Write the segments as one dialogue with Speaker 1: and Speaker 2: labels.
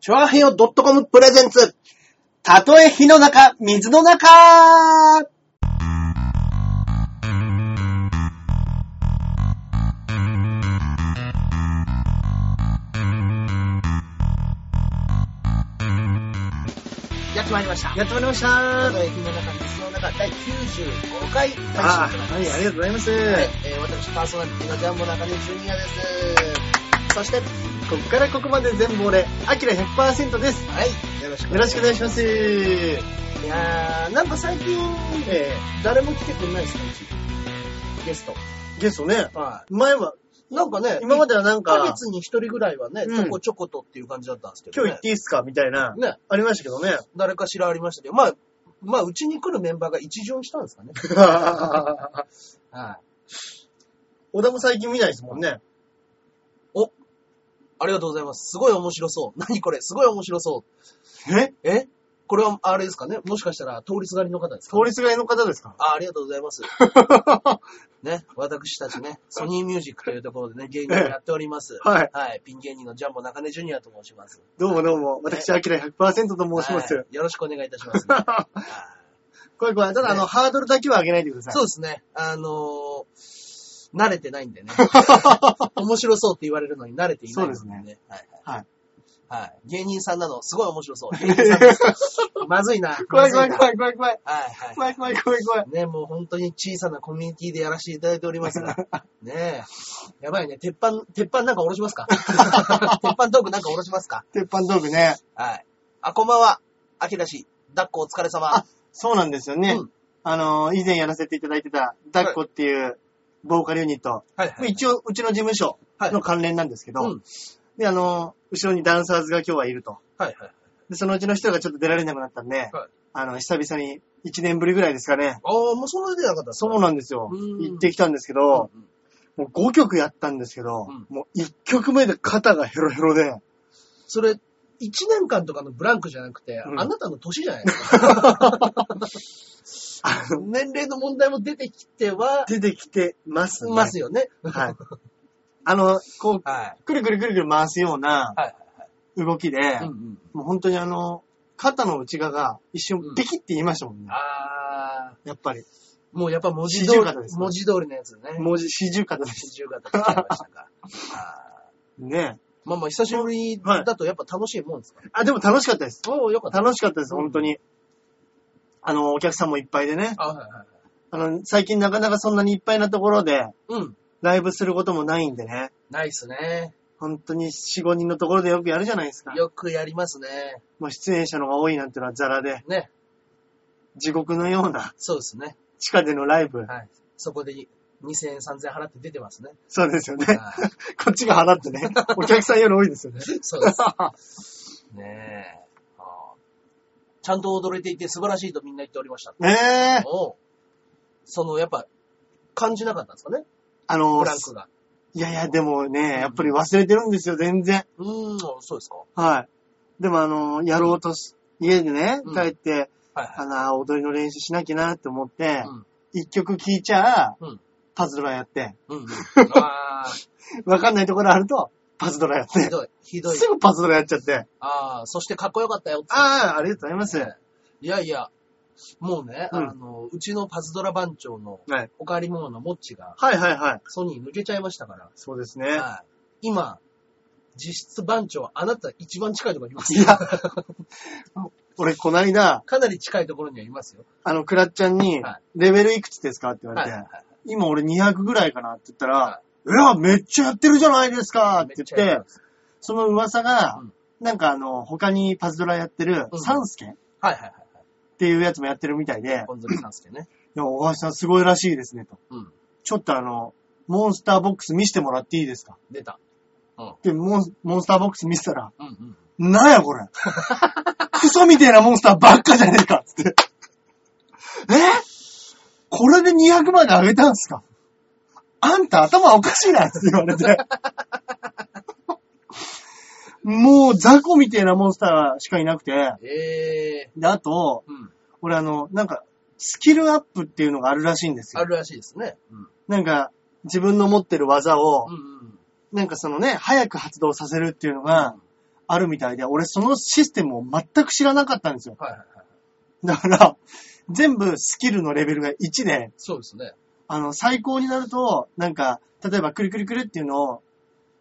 Speaker 1: チョアヘヨ .com プレゼンツ。たとえ火の中、水の中
Speaker 2: やってまいりました。
Speaker 1: やってまいりました
Speaker 2: た
Speaker 1: ー
Speaker 2: とえ火の中、水の中、第95回配信と
Speaker 1: あ
Speaker 2: なります。
Speaker 1: はい、ありがとうございます。
Speaker 2: はい、えー私、パーソナリティのジャンボ中根ジュニアです。そして、は
Speaker 1: ここからここまで全部俺、アキラ100%です。
Speaker 2: い、よろしく
Speaker 1: よろしくお願いします。
Speaker 2: いやー、なんか最近、
Speaker 1: え
Speaker 2: 誰も来てくれないですか、うち。ゲスト。
Speaker 1: ー、ゲストね、
Speaker 2: は
Speaker 1: 前は、
Speaker 2: い。なんかね、
Speaker 1: 今まではなん
Speaker 2: 1ヶ
Speaker 1: か、
Speaker 2: 月に1人ぐらいはね、
Speaker 1: うん
Speaker 2: ちょこちょことっていう感じだったんですけど、
Speaker 1: 今日
Speaker 2: ね。
Speaker 1: 行っていいっすかみたいな、
Speaker 2: ね、
Speaker 1: ありましたけどね。
Speaker 2: 誰かしらありましたけど、まあ、まあ、うちに来るメンバーが一巡したんですかね。はい。
Speaker 1: 小田も最近見ないですもんね。
Speaker 2: ありがとうございます。すごい面白そう。何これすごい面白そう。
Speaker 1: え
Speaker 2: えこれは、あれですかねもしかしたら、通りすがりの方ですか、
Speaker 1: 通りすがりの方ですか
Speaker 2: あありがとうございます。ね、私たちね、ソニーミュージックというところでね、芸人をやっております。
Speaker 1: はい。
Speaker 2: はい、ピン芸人のジャンボ中根ジュニアと申します。
Speaker 1: どうもどうも。私、アキラ100%と申しま
Speaker 2: は
Speaker 1: す。
Speaker 2: いよろしくお願いいたし ます、ねは い
Speaker 1: 怖い怖い。ただ、あの、
Speaker 2: ね
Speaker 1: ハードルだけは上げないでください。
Speaker 2: そうですね、あのー慣れてないん でね。面白そうって言われるのに慣れていないの
Speaker 1: そうです
Speaker 2: ね。はい
Speaker 1: は
Speaker 2: はいい。はい。芸人さんなの、すごい面白そう。芸人 さんですまずいな。
Speaker 1: 怖い怖 い
Speaker 2: まずな
Speaker 1: 怖い怖い怖い。
Speaker 2: はいはい。
Speaker 1: 怖い怖い怖い怖い。
Speaker 2: ね、もう本当に小さなコミュニティでやらせていただいております が、ねえ、やばいね、鉄板、鉄板なんか下ろし ますか鉄板トークなんか下ろしますか
Speaker 1: 鉄板道具ね。
Speaker 2: はい。あ、こんばんは、あきらし、抱っこお疲れ様
Speaker 1: あ。そうなんですよね。
Speaker 2: うん
Speaker 1: あの、以前やらせていただいてた、ダッコっていうボーカルユニット。
Speaker 2: はい
Speaker 1: 一応、うちの事務所の関連なんですけど、
Speaker 2: うん
Speaker 1: で、あの、後ろにダンサーズが今日はいると。
Speaker 2: はいはい。
Speaker 1: で、そのうちの人がちょっと出られなくなったんで、あの、久々に1年ぶりぐらいですかね。
Speaker 2: ああ、もうそんな出なかった
Speaker 1: そう
Speaker 2: な
Speaker 1: なんですよ。
Speaker 2: うん
Speaker 1: 行ってきたんですけど、もう5曲やったんですけど、
Speaker 2: うん
Speaker 1: もう1曲目で肩がヘロヘロで、
Speaker 2: それ、一年間とかのブランクじゃなくて、
Speaker 1: うん
Speaker 2: あなたの年じゃないですか 年齢の問題も出てきては、
Speaker 1: 出てきてますね。
Speaker 2: ますよね。
Speaker 1: はい。あの、こ
Speaker 2: は。
Speaker 1: う、くるくるくるくる回すようない
Speaker 2: はい。
Speaker 1: 動きで、
Speaker 2: うんうん。
Speaker 1: もう本当にあの、肩の内側が一
Speaker 2: う
Speaker 1: 瞬
Speaker 2: ん
Speaker 1: ビキって言いましたもんね。
Speaker 2: ああ。
Speaker 1: やっぱり。
Speaker 2: もうやっぱ文字
Speaker 1: 四
Speaker 2: 通
Speaker 1: 十肩で
Speaker 2: り、
Speaker 1: すね
Speaker 2: 文字通りのやつね。
Speaker 1: 文字、四十肩です。
Speaker 2: 四十肩になっちゃいま したか。あ
Speaker 1: ね
Speaker 2: ーまあまあ、久しぶりだとやっぱ楽しいもんですか、ね
Speaker 1: あ、でも楽しかったです。
Speaker 2: おお、よかった。
Speaker 1: 楽しかったです、
Speaker 2: うん
Speaker 1: 本当に。あの、お客さんもいっぱいでね。
Speaker 2: あ、はいはいはい。
Speaker 1: あの、最近なかなかそんなにいっぱいなところで、
Speaker 2: うん。
Speaker 1: ライブすることもないんでね。
Speaker 2: ないっすね。
Speaker 1: 本当に4、5人のところでよくやるじゃないですか。
Speaker 2: よくやりますね。
Speaker 1: もう出演者の方が多いなんてのはザラで、
Speaker 2: ね。
Speaker 1: 地獄のような
Speaker 2: そうですね。
Speaker 1: 地下でのライブ。
Speaker 2: はい。そこで2000円、3000円払って出てますね。
Speaker 1: そうですよね。
Speaker 2: はい
Speaker 1: こっちが払ってね。お客さんより多いです よね。
Speaker 2: そうです。ねえ。あーちゃんと踊れていて素晴らしいとみんな言っておりました。
Speaker 1: ねえ。
Speaker 2: おうその、やっぱ、感じなかったんですかね
Speaker 1: あの
Speaker 2: ブラン、クが。
Speaker 1: いやいや、でもね、やっぱり忘れてるんですよ、全然。
Speaker 2: うーん、そうですか。は
Speaker 1: はい。でもあの、やろうとし、家でね、
Speaker 2: うん
Speaker 1: 帰って、
Speaker 2: いはい。
Speaker 1: あの、踊りの練習しなきゃなって思って
Speaker 2: うん、
Speaker 1: 一、曲聴いちゃ、
Speaker 2: うん
Speaker 1: パズドラやって、
Speaker 2: うんうん。ああ、
Speaker 1: わかんないところあると、パズドラ やっ
Speaker 2: ひ
Speaker 1: て、
Speaker 2: どい、ひどい
Speaker 1: す。ぐパズドラやっちゃって、
Speaker 2: ああ、そしてかっこよかったよ。
Speaker 1: ああ、ありがとうございます。
Speaker 2: いやいや、もうね、
Speaker 1: うん
Speaker 2: あの、うちのパズドラ番長の
Speaker 1: はい、
Speaker 2: おかわりモノのモッチが、
Speaker 1: はいはいはい。
Speaker 2: ソニー抜けちゃいましたか
Speaker 1: そうです
Speaker 2: ら、
Speaker 1: ね。
Speaker 2: はい今、実質番長、あなた一番近いところにいます。
Speaker 1: いや、俺こないだ、
Speaker 2: かなり近いところにはいますよ。
Speaker 1: あの、クラッちゃんに
Speaker 2: は、
Speaker 1: レベルいくつですかって言わ
Speaker 2: は
Speaker 1: れ
Speaker 2: い
Speaker 1: て、
Speaker 2: はい。
Speaker 1: 今俺200ぐらいかなって言ったら、、
Speaker 2: はい
Speaker 1: や、めっちゃやってるじゃないですかって
Speaker 2: めっ
Speaker 1: 言
Speaker 2: ちゃや
Speaker 1: っ
Speaker 2: り
Speaker 1: て
Speaker 2: ま、す
Speaker 1: その噂が、
Speaker 2: うん
Speaker 1: なんかあの、他にパズドラやってる
Speaker 2: う、ん
Speaker 1: サンスケっ
Speaker 2: はいはいはいはい。
Speaker 1: ていうやつもやってるみたいで、
Speaker 2: 本崎さんすけね。
Speaker 1: でも大橋さんすごいらしいですね、と。
Speaker 2: うん。
Speaker 1: ちょっとあの、モンスターボックス見せてもらっていいですか
Speaker 2: 出た。
Speaker 1: で、モンモンスターボックス見せたら、
Speaker 2: うんうん。
Speaker 1: なんやこ れクソみたいなモンスターばっかじゃねえかっつって。えこれで200まで上げたんすかあんた頭おかしいなって言われて。もう雑魚みたいなモンスターしかいなくて。
Speaker 2: ええ
Speaker 1: で、あと、
Speaker 2: ー、うん。
Speaker 1: 俺あの、なんか、スキルアップっていうのがあるらしいんです
Speaker 2: あ
Speaker 1: よ。
Speaker 2: るらしいですね。うん。
Speaker 1: なんか、自分の持ってる技を
Speaker 2: う、んうん。
Speaker 1: なんかそのね、早く発動させるっていうのが、あるみたいで、俺そのシステムを全く知らなかったんですよ。
Speaker 2: はいはいはい。
Speaker 1: だから、全部スキルのレベルが1で、
Speaker 2: そうですね。
Speaker 1: あの、最高になると、なんか、例えばくるくるくるっていうのを、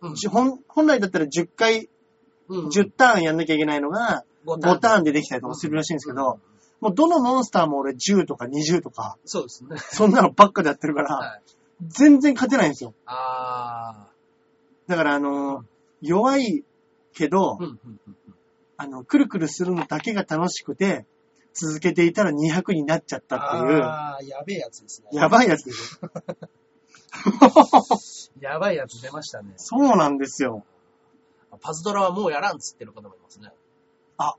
Speaker 2: うん
Speaker 1: じゅ本本来だったら10回、
Speaker 2: うん
Speaker 1: 10ターンやんなきゃいけないのが、
Speaker 2: 5
Speaker 1: 5タ
Speaker 2: ン
Speaker 1: ーンでできたりとかするらしいんですけど、。もうどのモンスターも俺10とか20とか、
Speaker 2: そうですね。
Speaker 1: そんなのばっかでやってるから、
Speaker 2: はい。
Speaker 1: 全然勝てないんですよ。
Speaker 2: あ
Speaker 1: だからあのー弱いけど
Speaker 2: ー。う、んうんうんうん。
Speaker 1: あの、くるくるするのだけが楽しくて、続けていたら200になっちゃったっていう、
Speaker 2: あー、やべえやつですね。
Speaker 1: やばいやつですよ。
Speaker 2: やばいやつ出ましたね。
Speaker 1: そうなんですよ。
Speaker 2: パズドラはもうやらんっつってる方もいますね。
Speaker 1: あ。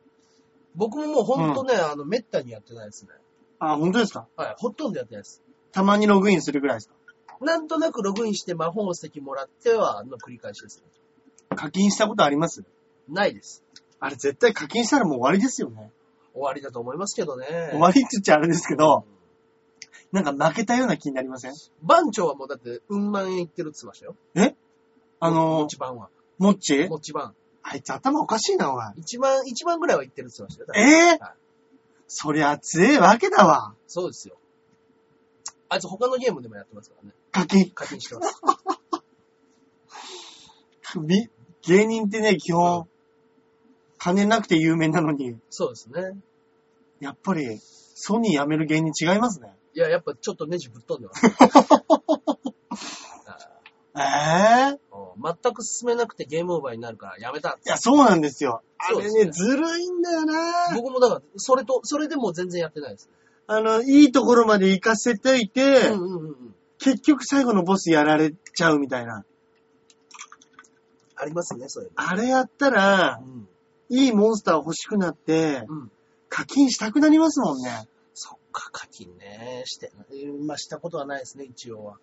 Speaker 2: 僕ももうほんとね、あの、めったにやってないですね。
Speaker 1: あ、本当ですか
Speaker 2: はい。ほとんどやってないです。
Speaker 1: たまにログインするぐらいですか
Speaker 2: なんとなくログインして魔法石もらっては、の繰り返しですね。
Speaker 1: 課金したことあります
Speaker 2: ないです。
Speaker 1: あれ絶対課金したらもう終わりですよね。
Speaker 2: 終わりだと思いますけどね。
Speaker 1: 終わりって言っちゃあれですけど、
Speaker 2: うん
Speaker 1: なんか負けたような気になりません
Speaker 2: 番長はもうだって、うん万円いってるって言ってましたよ。
Speaker 1: あ
Speaker 2: も
Speaker 1: の
Speaker 2: ち
Speaker 1: ー、
Speaker 2: 番は。
Speaker 1: もっち
Speaker 2: もち番。
Speaker 1: あいつ頭おかしいな、おい。
Speaker 2: 1万、一万ぐらいはいってるって言ってましたよ。
Speaker 1: ええ
Speaker 2: はい
Speaker 1: そりゃ強えわけだわ。
Speaker 2: そうですよ。あいつ他のゲームでもやってますからね。
Speaker 1: 課金。
Speaker 2: 課金してます。
Speaker 1: み芸人ってね、基本、金なくて有名なのに、
Speaker 2: そうですね。
Speaker 1: やっぱり、ソニー辞める芸人違いますね。
Speaker 2: いや、やっぱちょっとネジぶっ飛んでます。
Speaker 1: ええ
Speaker 2: うん全く進めなくてゲームオーバーになるからやめた。
Speaker 1: いや、そうなんですよ。あ
Speaker 2: そう
Speaker 1: れ
Speaker 2: で
Speaker 1: ね
Speaker 2: すね
Speaker 1: ずるいんだよな。
Speaker 2: 僕もだから、それと、それでもう全然やってないです。
Speaker 1: あの、いいところまで行かせといて、
Speaker 2: うんうんうんうん。
Speaker 1: 結局最後のボスやられちゃうみたいな。
Speaker 2: ありますね、それ。
Speaker 1: あれやったら
Speaker 2: う、ん。
Speaker 1: いいモンスター欲しくなって、
Speaker 2: うん。
Speaker 1: 課金したくなりますもんね。
Speaker 2: そっか、課金ね。して、うんまあ、したことはないですね、一応は。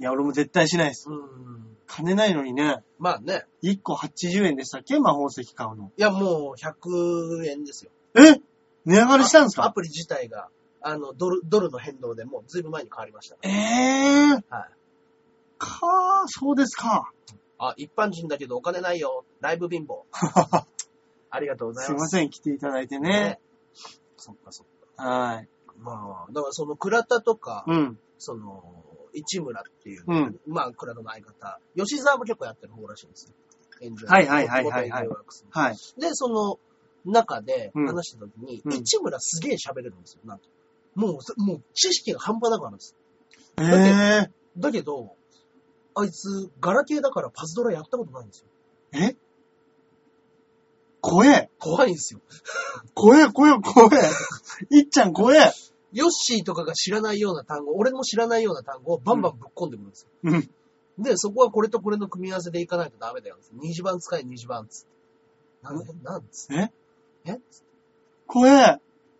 Speaker 1: いや、俺も絶対しないです。
Speaker 2: うん。
Speaker 1: 金ないのにね、
Speaker 2: まあね。
Speaker 1: 1個80円でしたっけ魔法石買うの。
Speaker 2: いや、もう100円ですよ。
Speaker 1: え値上がりしたんです
Speaker 2: ア
Speaker 1: か
Speaker 2: プリ自体が、あの、ドル、ドルの変動でもうずいぶん前に変わりました。
Speaker 1: ええー、
Speaker 2: はい。
Speaker 1: かー、そうですか。
Speaker 2: あ、一般人だけどお金ないよ。ライブ 貧乏。ありがとうござ
Speaker 1: すい
Speaker 2: い
Speaker 1: ま
Speaker 2: ます。
Speaker 1: せん、来ていただいてね。
Speaker 2: そっかそっか。
Speaker 1: はい。
Speaker 2: まあ、だからその倉田とか、
Speaker 1: うん。
Speaker 2: その、市村っていう、
Speaker 1: うん
Speaker 2: まあ、倉田の相方、吉沢も結構やってる方らしいんですよ。演者
Speaker 1: はいはいはいはいはい
Speaker 2: 元エンジョイワークス
Speaker 1: はい。
Speaker 2: で、その、中で
Speaker 1: うん
Speaker 2: 話した時に、
Speaker 1: うん
Speaker 2: 市村すげえ喋れるんですよ、なんと。もうそ、もう知識が半端なくあるんです。
Speaker 1: え
Speaker 2: だだけど、あいつ、ガラケーだからパズドラやったことないんですよ。
Speaker 1: ええ怖え
Speaker 2: 怖いんですよ。
Speaker 1: 怖え怖え怖えいっちゃん怖え
Speaker 2: ヨッシーとかが知らないような単語、俺も知らないような単語をバンバンぶっ込んでくるんですよ。
Speaker 1: うん。
Speaker 2: で、そこはこれとこれの組み合わせでいかないとダメだよ。二次版使え、二次版っつって。なんでなんつって
Speaker 1: 怖え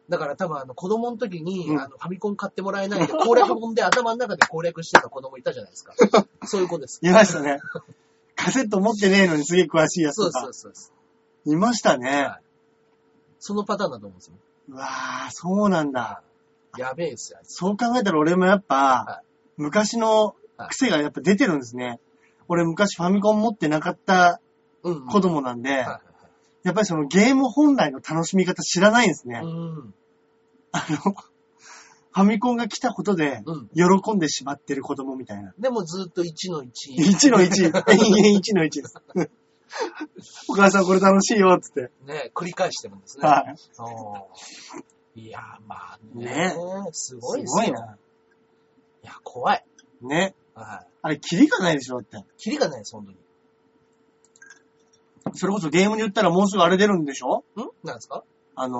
Speaker 2: だから多分あの子供の時に、
Speaker 1: うん
Speaker 2: あのファミコン買ってもらえないで攻略本で 頭の中で攻略してた子供いたじゃないですか。そういう子です。
Speaker 1: いましたね。カセット持ってねえのにすげえ詳しいやつ
Speaker 2: そう
Speaker 1: とか
Speaker 2: です、そうで。すそうです。
Speaker 1: いましたね
Speaker 2: は。そのパターンだと思うんですよ。
Speaker 1: うわー、そうなんだ。
Speaker 2: やべえっすよ、あいつ。
Speaker 1: そう考えたら俺もやっ
Speaker 2: は
Speaker 1: ぱ、昔の
Speaker 2: はい
Speaker 1: 癖がやっぱ出てるんですね。俺昔ファミコン持ってなかった
Speaker 2: うんうん、
Speaker 1: 子供なんで、
Speaker 2: はいは
Speaker 1: や
Speaker 2: い
Speaker 1: っぱりそのゲーム本来の楽しみ方知らないんですね
Speaker 2: はい。。うん。
Speaker 1: あの、ファミコンが来たことで、
Speaker 2: うん。
Speaker 1: 喜んでしまってる子供みたいな。
Speaker 2: でもずっと1の1。
Speaker 1: 1の1、永遠1の1です。 お母さんこれ楽しいよ、つって。
Speaker 2: ね、繰り返してるんですね。
Speaker 1: はい。す
Speaker 2: そういや、まあね。
Speaker 1: ね
Speaker 2: すごいですよ。
Speaker 1: ごい
Speaker 2: い
Speaker 1: な。
Speaker 2: や、怖い。
Speaker 1: ね。
Speaker 2: は
Speaker 1: あれ、キリがないでしょ、だって
Speaker 2: い。。キリがないです、本当に。
Speaker 1: それこそゲームで言ったらもうすぐあれ出るんでしょ
Speaker 2: んなんですか
Speaker 1: あの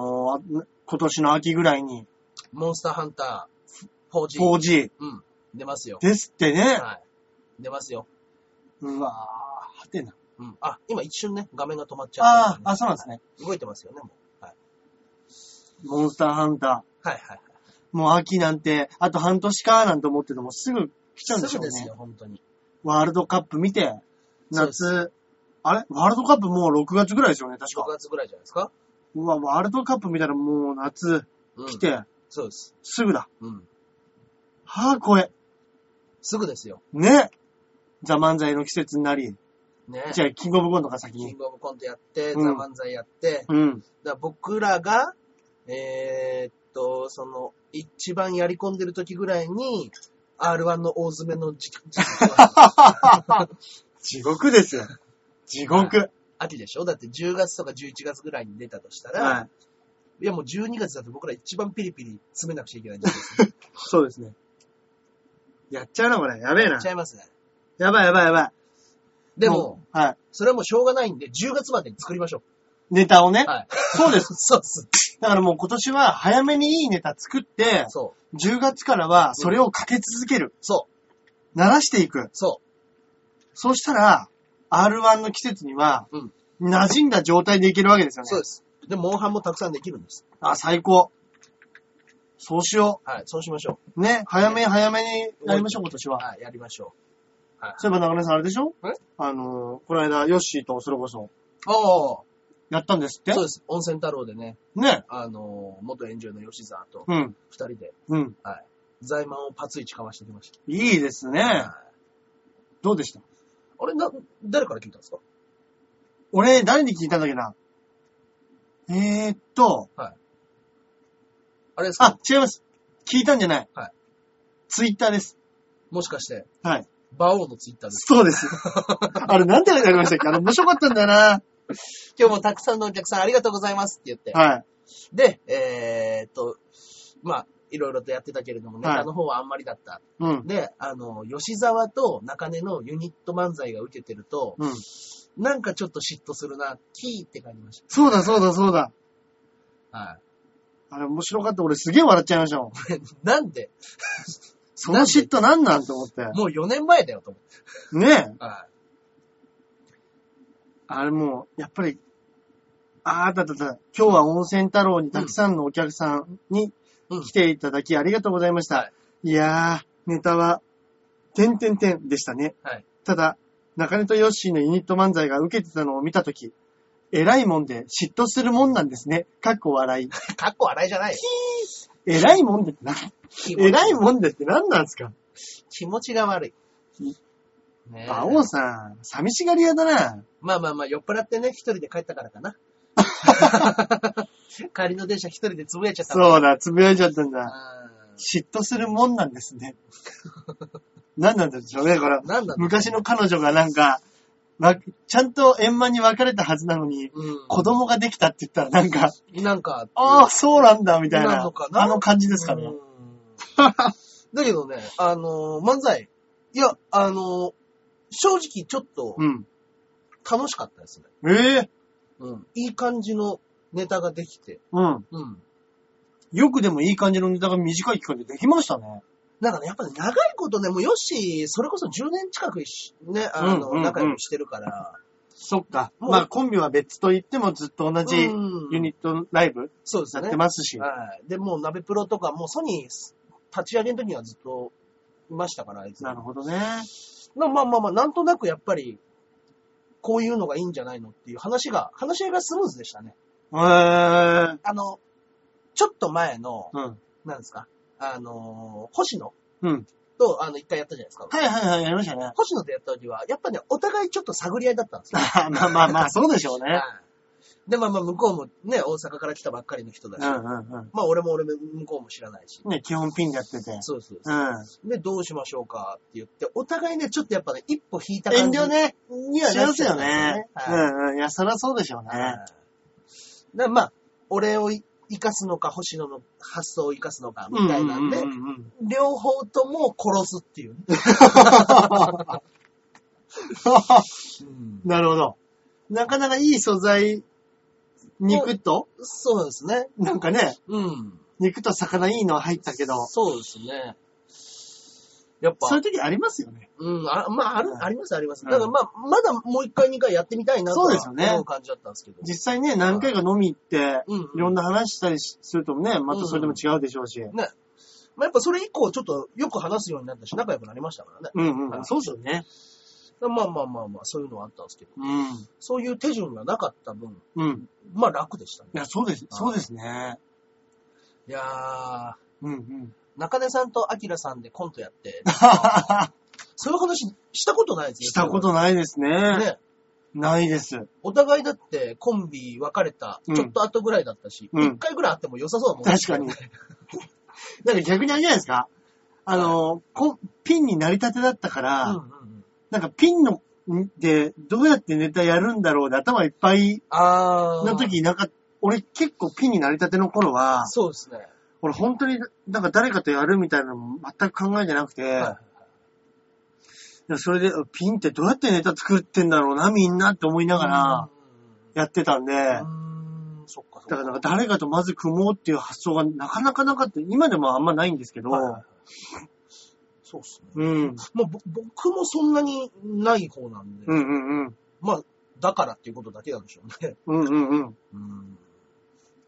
Speaker 1: ー、あ今年の秋ぐらいに
Speaker 2: モンスターハンター 4G。
Speaker 1: 4G
Speaker 2: うん。出ますよ。
Speaker 1: ですってね。
Speaker 2: はい。出ますよ。
Speaker 1: うわー、はてな。
Speaker 2: うん。あ、今一瞬ね、画面が止まっちゃっ
Speaker 1: あー、
Speaker 2: た、
Speaker 1: あ、そうなんですね。
Speaker 2: 動いてますよね、もう。はい。
Speaker 1: モンスターハンター。
Speaker 2: はいはい。
Speaker 1: もう秋なんて、あと半年かなんて思っててもすぐ来ちゃうんでし
Speaker 2: す
Speaker 1: ょ
Speaker 2: ぐ
Speaker 1: う
Speaker 2: で
Speaker 1: ね。
Speaker 2: すよ、本当に。
Speaker 1: ワールドカップ見て、
Speaker 2: そう
Speaker 1: 夏、あれワールドカップもう6月ぐらいですよね、確
Speaker 2: 6
Speaker 1: か。
Speaker 2: 月ぐらいじゃないですか。
Speaker 1: うわ、ワールドカップ見たらもう夏
Speaker 2: うん。
Speaker 1: 来て、
Speaker 2: そうです。
Speaker 1: すぐだ。
Speaker 2: うん。
Speaker 1: はぁ、怖え。
Speaker 2: すぐですよ。
Speaker 1: ね。ザ・漫才の季節になり、
Speaker 2: ね。
Speaker 1: じゃあ、キングオブコントが先
Speaker 2: キン
Speaker 1: に。
Speaker 2: グオブコントやって、
Speaker 1: うん
Speaker 2: ザ・漫才やって、
Speaker 1: うん。
Speaker 2: だから僕らが、えーっと、その、一番やり込んでる時ぐらいに、R1 の大詰めの時期、時期が来ます
Speaker 1: 地獄ですよ。地獄。
Speaker 2: 秋でしょだって10月とか11月ぐらいに出たとしたら、
Speaker 1: はい。
Speaker 2: い、やもう12月だと僕ら一番ピリピリ詰めなくちゃいけないんです
Speaker 1: そうですね。やっちゃうな、これ。やべえ
Speaker 2: よ。
Speaker 1: な
Speaker 2: ち。ゃい ますね。
Speaker 1: やばいやばいやばい。
Speaker 2: でも、
Speaker 1: う、はい。
Speaker 2: それはもうしょうがないんで、10月までに作りましょ
Speaker 1: ネタをね
Speaker 2: う。。はい。
Speaker 1: そうです。
Speaker 2: そうっす。
Speaker 1: だからもう今年は早めにいいネタ作って、
Speaker 2: そう。
Speaker 1: 10月からはそれをかけ続ける。
Speaker 2: そう。
Speaker 1: 鳴らしていく。
Speaker 2: そ
Speaker 1: そうしたら、R1 の季節には
Speaker 2: うん、
Speaker 1: 馴染んだ状態でいけるわけですよ
Speaker 2: う。
Speaker 1: ね。
Speaker 2: そうです。で、モンハンもたくさんできるんです。
Speaker 1: あ、最高。そうしよ
Speaker 2: はい。そうしましょ
Speaker 1: う。ね、早め早めにやりましょう、今年
Speaker 2: う。
Speaker 1: は。
Speaker 2: はい。やりましょ
Speaker 1: そういえば中根さんあれでしょ
Speaker 2: え
Speaker 1: あのー、この間、ヨッシーとそれこそ、
Speaker 2: う。おー。
Speaker 1: やったんですって
Speaker 2: そうです。温泉太郎でね、
Speaker 1: ね。
Speaker 2: あのー、元炎上の吉沢と
Speaker 1: うん。
Speaker 2: 二人で、
Speaker 1: うん。
Speaker 2: 財満をパツイチかましてきました。
Speaker 1: いいですね
Speaker 2: はい。
Speaker 1: どうでした
Speaker 2: あれ、な、誰から聞いたんですか
Speaker 1: 俺、誰に聞いたんだっけなえーっと、
Speaker 2: あれですか
Speaker 1: あ、違います。聞いたんじゃない。
Speaker 2: はい。
Speaker 1: ツイッターです。
Speaker 2: もしかして、
Speaker 1: はい。
Speaker 2: 馬王のツイッターです。
Speaker 1: そうです。 あれ、なんて書いてありましたっけあれ、面白かったんだよな。
Speaker 2: 今日もたくさんのお客さんありがとうございますって言って。
Speaker 1: はい。
Speaker 2: で、えー、っと、まあ、いろいろとやってたけれども、ネ
Speaker 1: はい
Speaker 2: タの方はあんまりだった。
Speaker 1: うん。
Speaker 2: で、あの、吉沢と中根のユニット漫才が受けてると、
Speaker 1: うん。
Speaker 2: なんかちょっと嫉妬するな、キーって感じまし
Speaker 1: そうだ、そうだ、そうだ。
Speaker 2: た。はい。
Speaker 1: あれ、面白かった。俺、すげえ笑っちゃいましたもん。
Speaker 2: なんで、
Speaker 1: その嫉妬なんなんと思って。
Speaker 2: もう4年前だよと思って。
Speaker 1: ねえ。
Speaker 2: は
Speaker 1: あれもう、やっぱり、あーあったあったあった。今日は温泉太郎にたくさんのお客さんに
Speaker 2: うん
Speaker 1: 来ていただきありがとうございました。いやー、ネタは、てんてんてんでしたね。
Speaker 2: はい
Speaker 1: ただ、中根とヨッシーのユニット漫才が受けてたのを見たとき、偉いもんで嫉妬するもんなんですね。かっこ笑い。
Speaker 2: い。かっこ笑いじゃ ないよ。
Speaker 1: 偉いもんでってな、
Speaker 2: 気持ち
Speaker 1: 偉いもんでって何なんですか
Speaker 2: 気持ちが悪い。ねえ
Speaker 1: 馬王さん、寂しがり屋だな。
Speaker 2: まあまあまあ、酔っ払ってね、一人で帰ったから かな。帰りの電車一人でつぶやいちゃったもん
Speaker 1: そうだ、つぶやいちゃったんだ。
Speaker 2: う
Speaker 1: 嫉妬するもんなんですね。 何なんでしょうね、これ
Speaker 2: ん。。なんだろう
Speaker 1: 昔の彼女がなんか、わちゃんと円満に別れたはずなのに、
Speaker 2: うん。
Speaker 1: 子供ができたって言ったらなんか、
Speaker 2: なんか、
Speaker 1: ああ、そうなんだ、みたい
Speaker 2: な
Speaker 1: な
Speaker 2: のか。な
Speaker 1: あの感じですか
Speaker 2: う
Speaker 1: ね
Speaker 2: ん。だけどね、あのー漫才、いや、あのー正直ちょっと
Speaker 1: うん。
Speaker 2: 楽しかったですね。
Speaker 1: ええ
Speaker 2: うん。いい感じのネタができて、
Speaker 1: うん。
Speaker 2: うん。
Speaker 1: よくでもいい感じのネタが短い期間でできましたね。
Speaker 2: なんかね、やっぱり長いことね、もうよし、それこそ10年近く一緒ね、あ
Speaker 1: う
Speaker 2: の、
Speaker 1: んうんうん
Speaker 2: 仲良くしてるから、
Speaker 1: そっか。
Speaker 2: もう
Speaker 1: まあ、コンビは別と言ってもずっと同じユ
Speaker 2: うん
Speaker 1: ニットライブ
Speaker 2: そうです
Speaker 1: や
Speaker 2: よ
Speaker 1: っ
Speaker 2: ね
Speaker 1: て。ますし。
Speaker 2: はい。で、もう、鍋プロとか、もうソニー立ち上げの時にはずっといましたから、あいつ。
Speaker 1: なるほどね。
Speaker 2: まあまあまあまあ、なんとなくやっぱり、こういうのがいいんじゃないのっていう話が、話し合いがスムーズでしたね。
Speaker 1: えー。
Speaker 2: あの、ちょっと前の、
Speaker 1: うん。
Speaker 2: なんですか、あのー、星野
Speaker 1: うん。
Speaker 2: と、あの、一回やったじゃないですか。
Speaker 1: はいはいはい、やりましたね。
Speaker 2: 星野とやった時は、やっぱね、お互いちょっと探り合いだったんですよ。
Speaker 1: あ まあまあまあ、そうでしょう
Speaker 2: はい
Speaker 1: ね。
Speaker 2: で、まあまあ、向こうもね、大阪から来たばっかりの人だし、
Speaker 1: うんうん
Speaker 2: まあ、俺も俺も向こうも知らないし
Speaker 1: う。ん。ね、基本ピンでやってて。
Speaker 2: そうそうそう。
Speaker 1: う
Speaker 2: で、どうしましょうかって言って、お互いね、ちょっとやっぱね、一歩引いた
Speaker 1: ん。遠
Speaker 2: 感じ
Speaker 1: 慮ね、
Speaker 2: には
Speaker 1: し
Speaker 2: な
Speaker 1: ま
Speaker 2: っ
Speaker 1: す
Speaker 2: ちゃ
Speaker 1: よ
Speaker 2: ったんです
Speaker 1: ね。う
Speaker 2: はい
Speaker 1: んうん。いや、そりゃそうでしょうね。
Speaker 2: はいでまあ、俺をい生かすのか、星野の発想を生かすのか、みたいなんで、
Speaker 1: うん。
Speaker 2: 両方とも殺すって いうね、
Speaker 1: なるほど。なかなかいい素材、肉と、
Speaker 2: そうですね。
Speaker 1: なんかね、
Speaker 2: うん。
Speaker 1: 肉と魚いいの入ったけど、
Speaker 2: そうですね。やっぱ
Speaker 1: そうい、う時ありますよね。
Speaker 2: うん、あまあ、ある
Speaker 1: う、ん
Speaker 2: あります、あります。
Speaker 1: うん
Speaker 2: だからまあ、まだもう一回、二回やってみたいなと
Speaker 1: そう
Speaker 2: は
Speaker 1: ですよね
Speaker 2: 思う感じだったんですけど。
Speaker 1: 実際ね、何回か飲み行って、
Speaker 2: うん
Speaker 1: いろんな話したりしするとね、またそれでも違うでしょうし。
Speaker 2: ね。まあ、やっぱそれ以降、ちょっとよく話すようになったし、仲良くなりましたからね。
Speaker 1: うんう
Speaker 2: は
Speaker 1: ん。
Speaker 2: い
Speaker 1: そうですよね。
Speaker 2: まあまあまあまあ、そういうのはあったんですけど、
Speaker 1: うん。
Speaker 2: そういう手順がなかった分、
Speaker 1: うん。
Speaker 2: まあ楽でしたね。
Speaker 1: いや、そうです。そうですね。
Speaker 2: いやー、
Speaker 1: うんうん。
Speaker 2: 中根さんとアキラさんで コントやって、そういう話したことないですよ。
Speaker 1: したことないですね。
Speaker 2: ね。
Speaker 1: ないです。
Speaker 2: お互いだってコンビ別れた、
Speaker 1: うん
Speaker 2: ちょっと後ぐらいだったし、一、
Speaker 1: うん
Speaker 2: 回ぐらいあっても良さそうだもん
Speaker 1: 確かに。だから逆にあれじゃないですかあの、こピンになりたてだったから、
Speaker 2: うんうんうん。
Speaker 1: なんかピンの、んで、どうやってネタやるんだろうで頭いっぱい
Speaker 2: あー。
Speaker 1: の時、なんか、俺結構ピンになりたての頃は、
Speaker 2: そうですね。
Speaker 1: 俺本当になんか誰かとやるみたいなのも全く考えてなくて、
Speaker 2: は
Speaker 1: でもそれでピンってどうやってネタ作ってんだろうな、みんなって思いながらやってたんで、
Speaker 2: らうーん、そっかそっ
Speaker 1: だからなんか誰かとまず組もうっていう発想がなかなかなかった。今でもあんまないんですけど、
Speaker 2: はいはいはいそうっすね。
Speaker 1: うん。
Speaker 2: もうぼ僕もそんなにない方なんで、
Speaker 1: うんうんうん。
Speaker 2: まあ、だからっていうことだけなんでしょうね。
Speaker 1: うんうん うん。
Speaker 2: うん。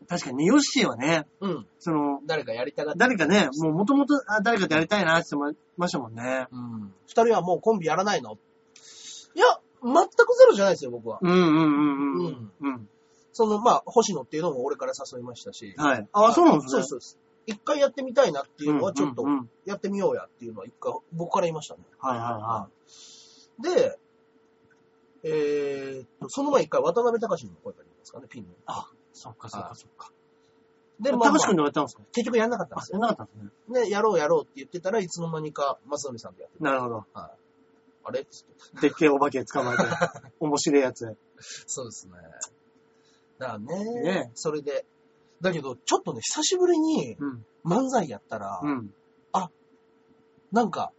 Speaker 1: 確かに、ヨッシーはね、
Speaker 2: うん。
Speaker 1: その、
Speaker 2: 誰かやりたがって。
Speaker 1: 誰かね、もうもともと誰かとやりたいなって言ってましたもんね。
Speaker 2: うん。二人はもうコンビやらないのいや、全くゼロじゃないですよ、僕は。
Speaker 1: うんうんうんう
Speaker 2: うんん。
Speaker 1: うん。
Speaker 2: その、まあ、星野っていうのも俺から誘いましたし。
Speaker 1: はい。あ、そうなんで
Speaker 2: ですそう
Speaker 1: ね
Speaker 2: です、。そうです。一回やってみたいなっていうのは、ちょっと
Speaker 1: うんうんうん
Speaker 2: やってみようやっていうのは、一回、僕から言いましたね。
Speaker 1: はいはいは
Speaker 2: で、えーっと、その前一回渡辺隆の声がありますからね、ピンの。
Speaker 1: い。そっかそっかそっか。
Speaker 2: で、まあ、
Speaker 1: たか
Speaker 2: ま
Speaker 1: しくん
Speaker 2: あ、
Speaker 1: でやったんですか
Speaker 2: 結局やんなかったん
Speaker 1: あ
Speaker 2: です、
Speaker 1: や
Speaker 2: よ。
Speaker 1: んなかったんですね。
Speaker 2: で、やろうやろうって言ってたらいつの間にか、正則さんでやってる。
Speaker 1: なるほど。
Speaker 2: あれっつって。
Speaker 1: でっけえお化け捕ま えて、面白いやつ。
Speaker 2: そうですね。だからね
Speaker 1: ね
Speaker 2: それで。だけど、ちょっとね、久しぶりに
Speaker 1: うん。
Speaker 2: 漫才やったら、
Speaker 1: うん。
Speaker 2: なんか、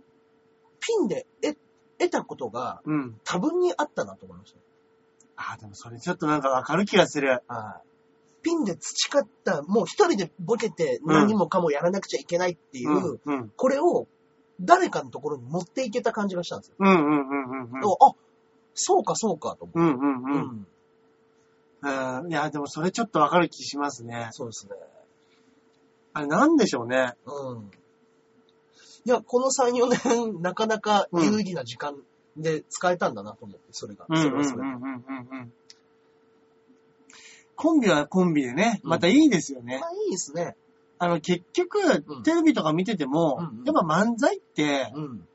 Speaker 2: ピンで得得たことが
Speaker 1: うん。
Speaker 2: 多分にあったなと思いました。
Speaker 1: あー、でもそれちょっとなんかわかる気がする。
Speaker 2: はい。ピンで培った、もう一人でボケて何もかもやらなくちゃいけないっていう、
Speaker 1: うん。うん。
Speaker 2: これを誰かのところに持っていけた感じがしたんですよ。
Speaker 1: うんうんうんうんうん。
Speaker 2: あ、そうかそうかと思
Speaker 1: うんうん
Speaker 2: う。
Speaker 1: うん。うんいや、でもそれちょっとわかる気しますね。
Speaker 2: そうですね。
Speaker 1: あれなんでしょうね。
Speaker 2: うん。いや、この3、4年、 なかなか有意義な時間で使えたんだなと思って、それが。
Speaker 1: うんう
Speaker 2: そ
Speaker 1: んうん
Speaker 2: れ
Speaker 1: う
Speaker 2: は
Speaker 1: ん
Speaker 2: それで。
Speaker 1: うんうん。コンビはコンビでね、
Speaker 2: うん
Speaker 1: またいいですよね。
Speaker 2: まあいいですね。
Speaker 1: あの、結局
Speaker 2: う、ん
Speaker 1: テレビとか見てても、
Speaker 2: うんうん
Speaker 1: やっぱ漫才って、
Speaker 2: うん。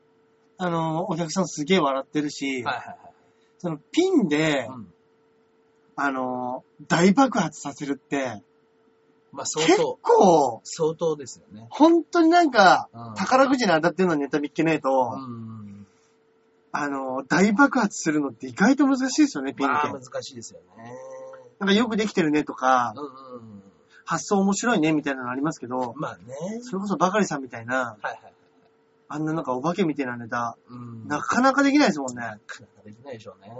Speaker 1: あの、お客さんすげえ笑ってるし、
Speaker 2: はいはい
Speaker 1: そのピンで、
Speaker 2: はい。うん。
Speaker 1: あの、大爆発させるって、
Speaker 2: まあ相
Speaker 1: 結
Speaker 2: 当、
Speaker 1: 構、
Speaker 2: 相当ですよね。
Speaker 1: 本当になんか、
Speaker 2: うん
Speaker 1: 宝くじに当たってるのにネタ見っけねえと、
Speaker 2: うん。
Speaker 1: あの、大爆発するのって意外と難しいですよね、ピンって。
Speaker 2: まあ難しいですよね。
Speaker 1: なんかよくできてるねとか、
Speaker 2: うんうん。
Speaker 1: 発想面白いねみたいなのありますけど、
Speaker 2: まあね。
Speaker 1: それこそバカリさんみたいな、
Speaker 2: はいはい。
Speaker 1: あんななんかお化けみたいなネタ、
Speaker 2: うん。
Speaker 1: なかなかできないですもんね。
Speaker 2: くなんかできないでしょうね。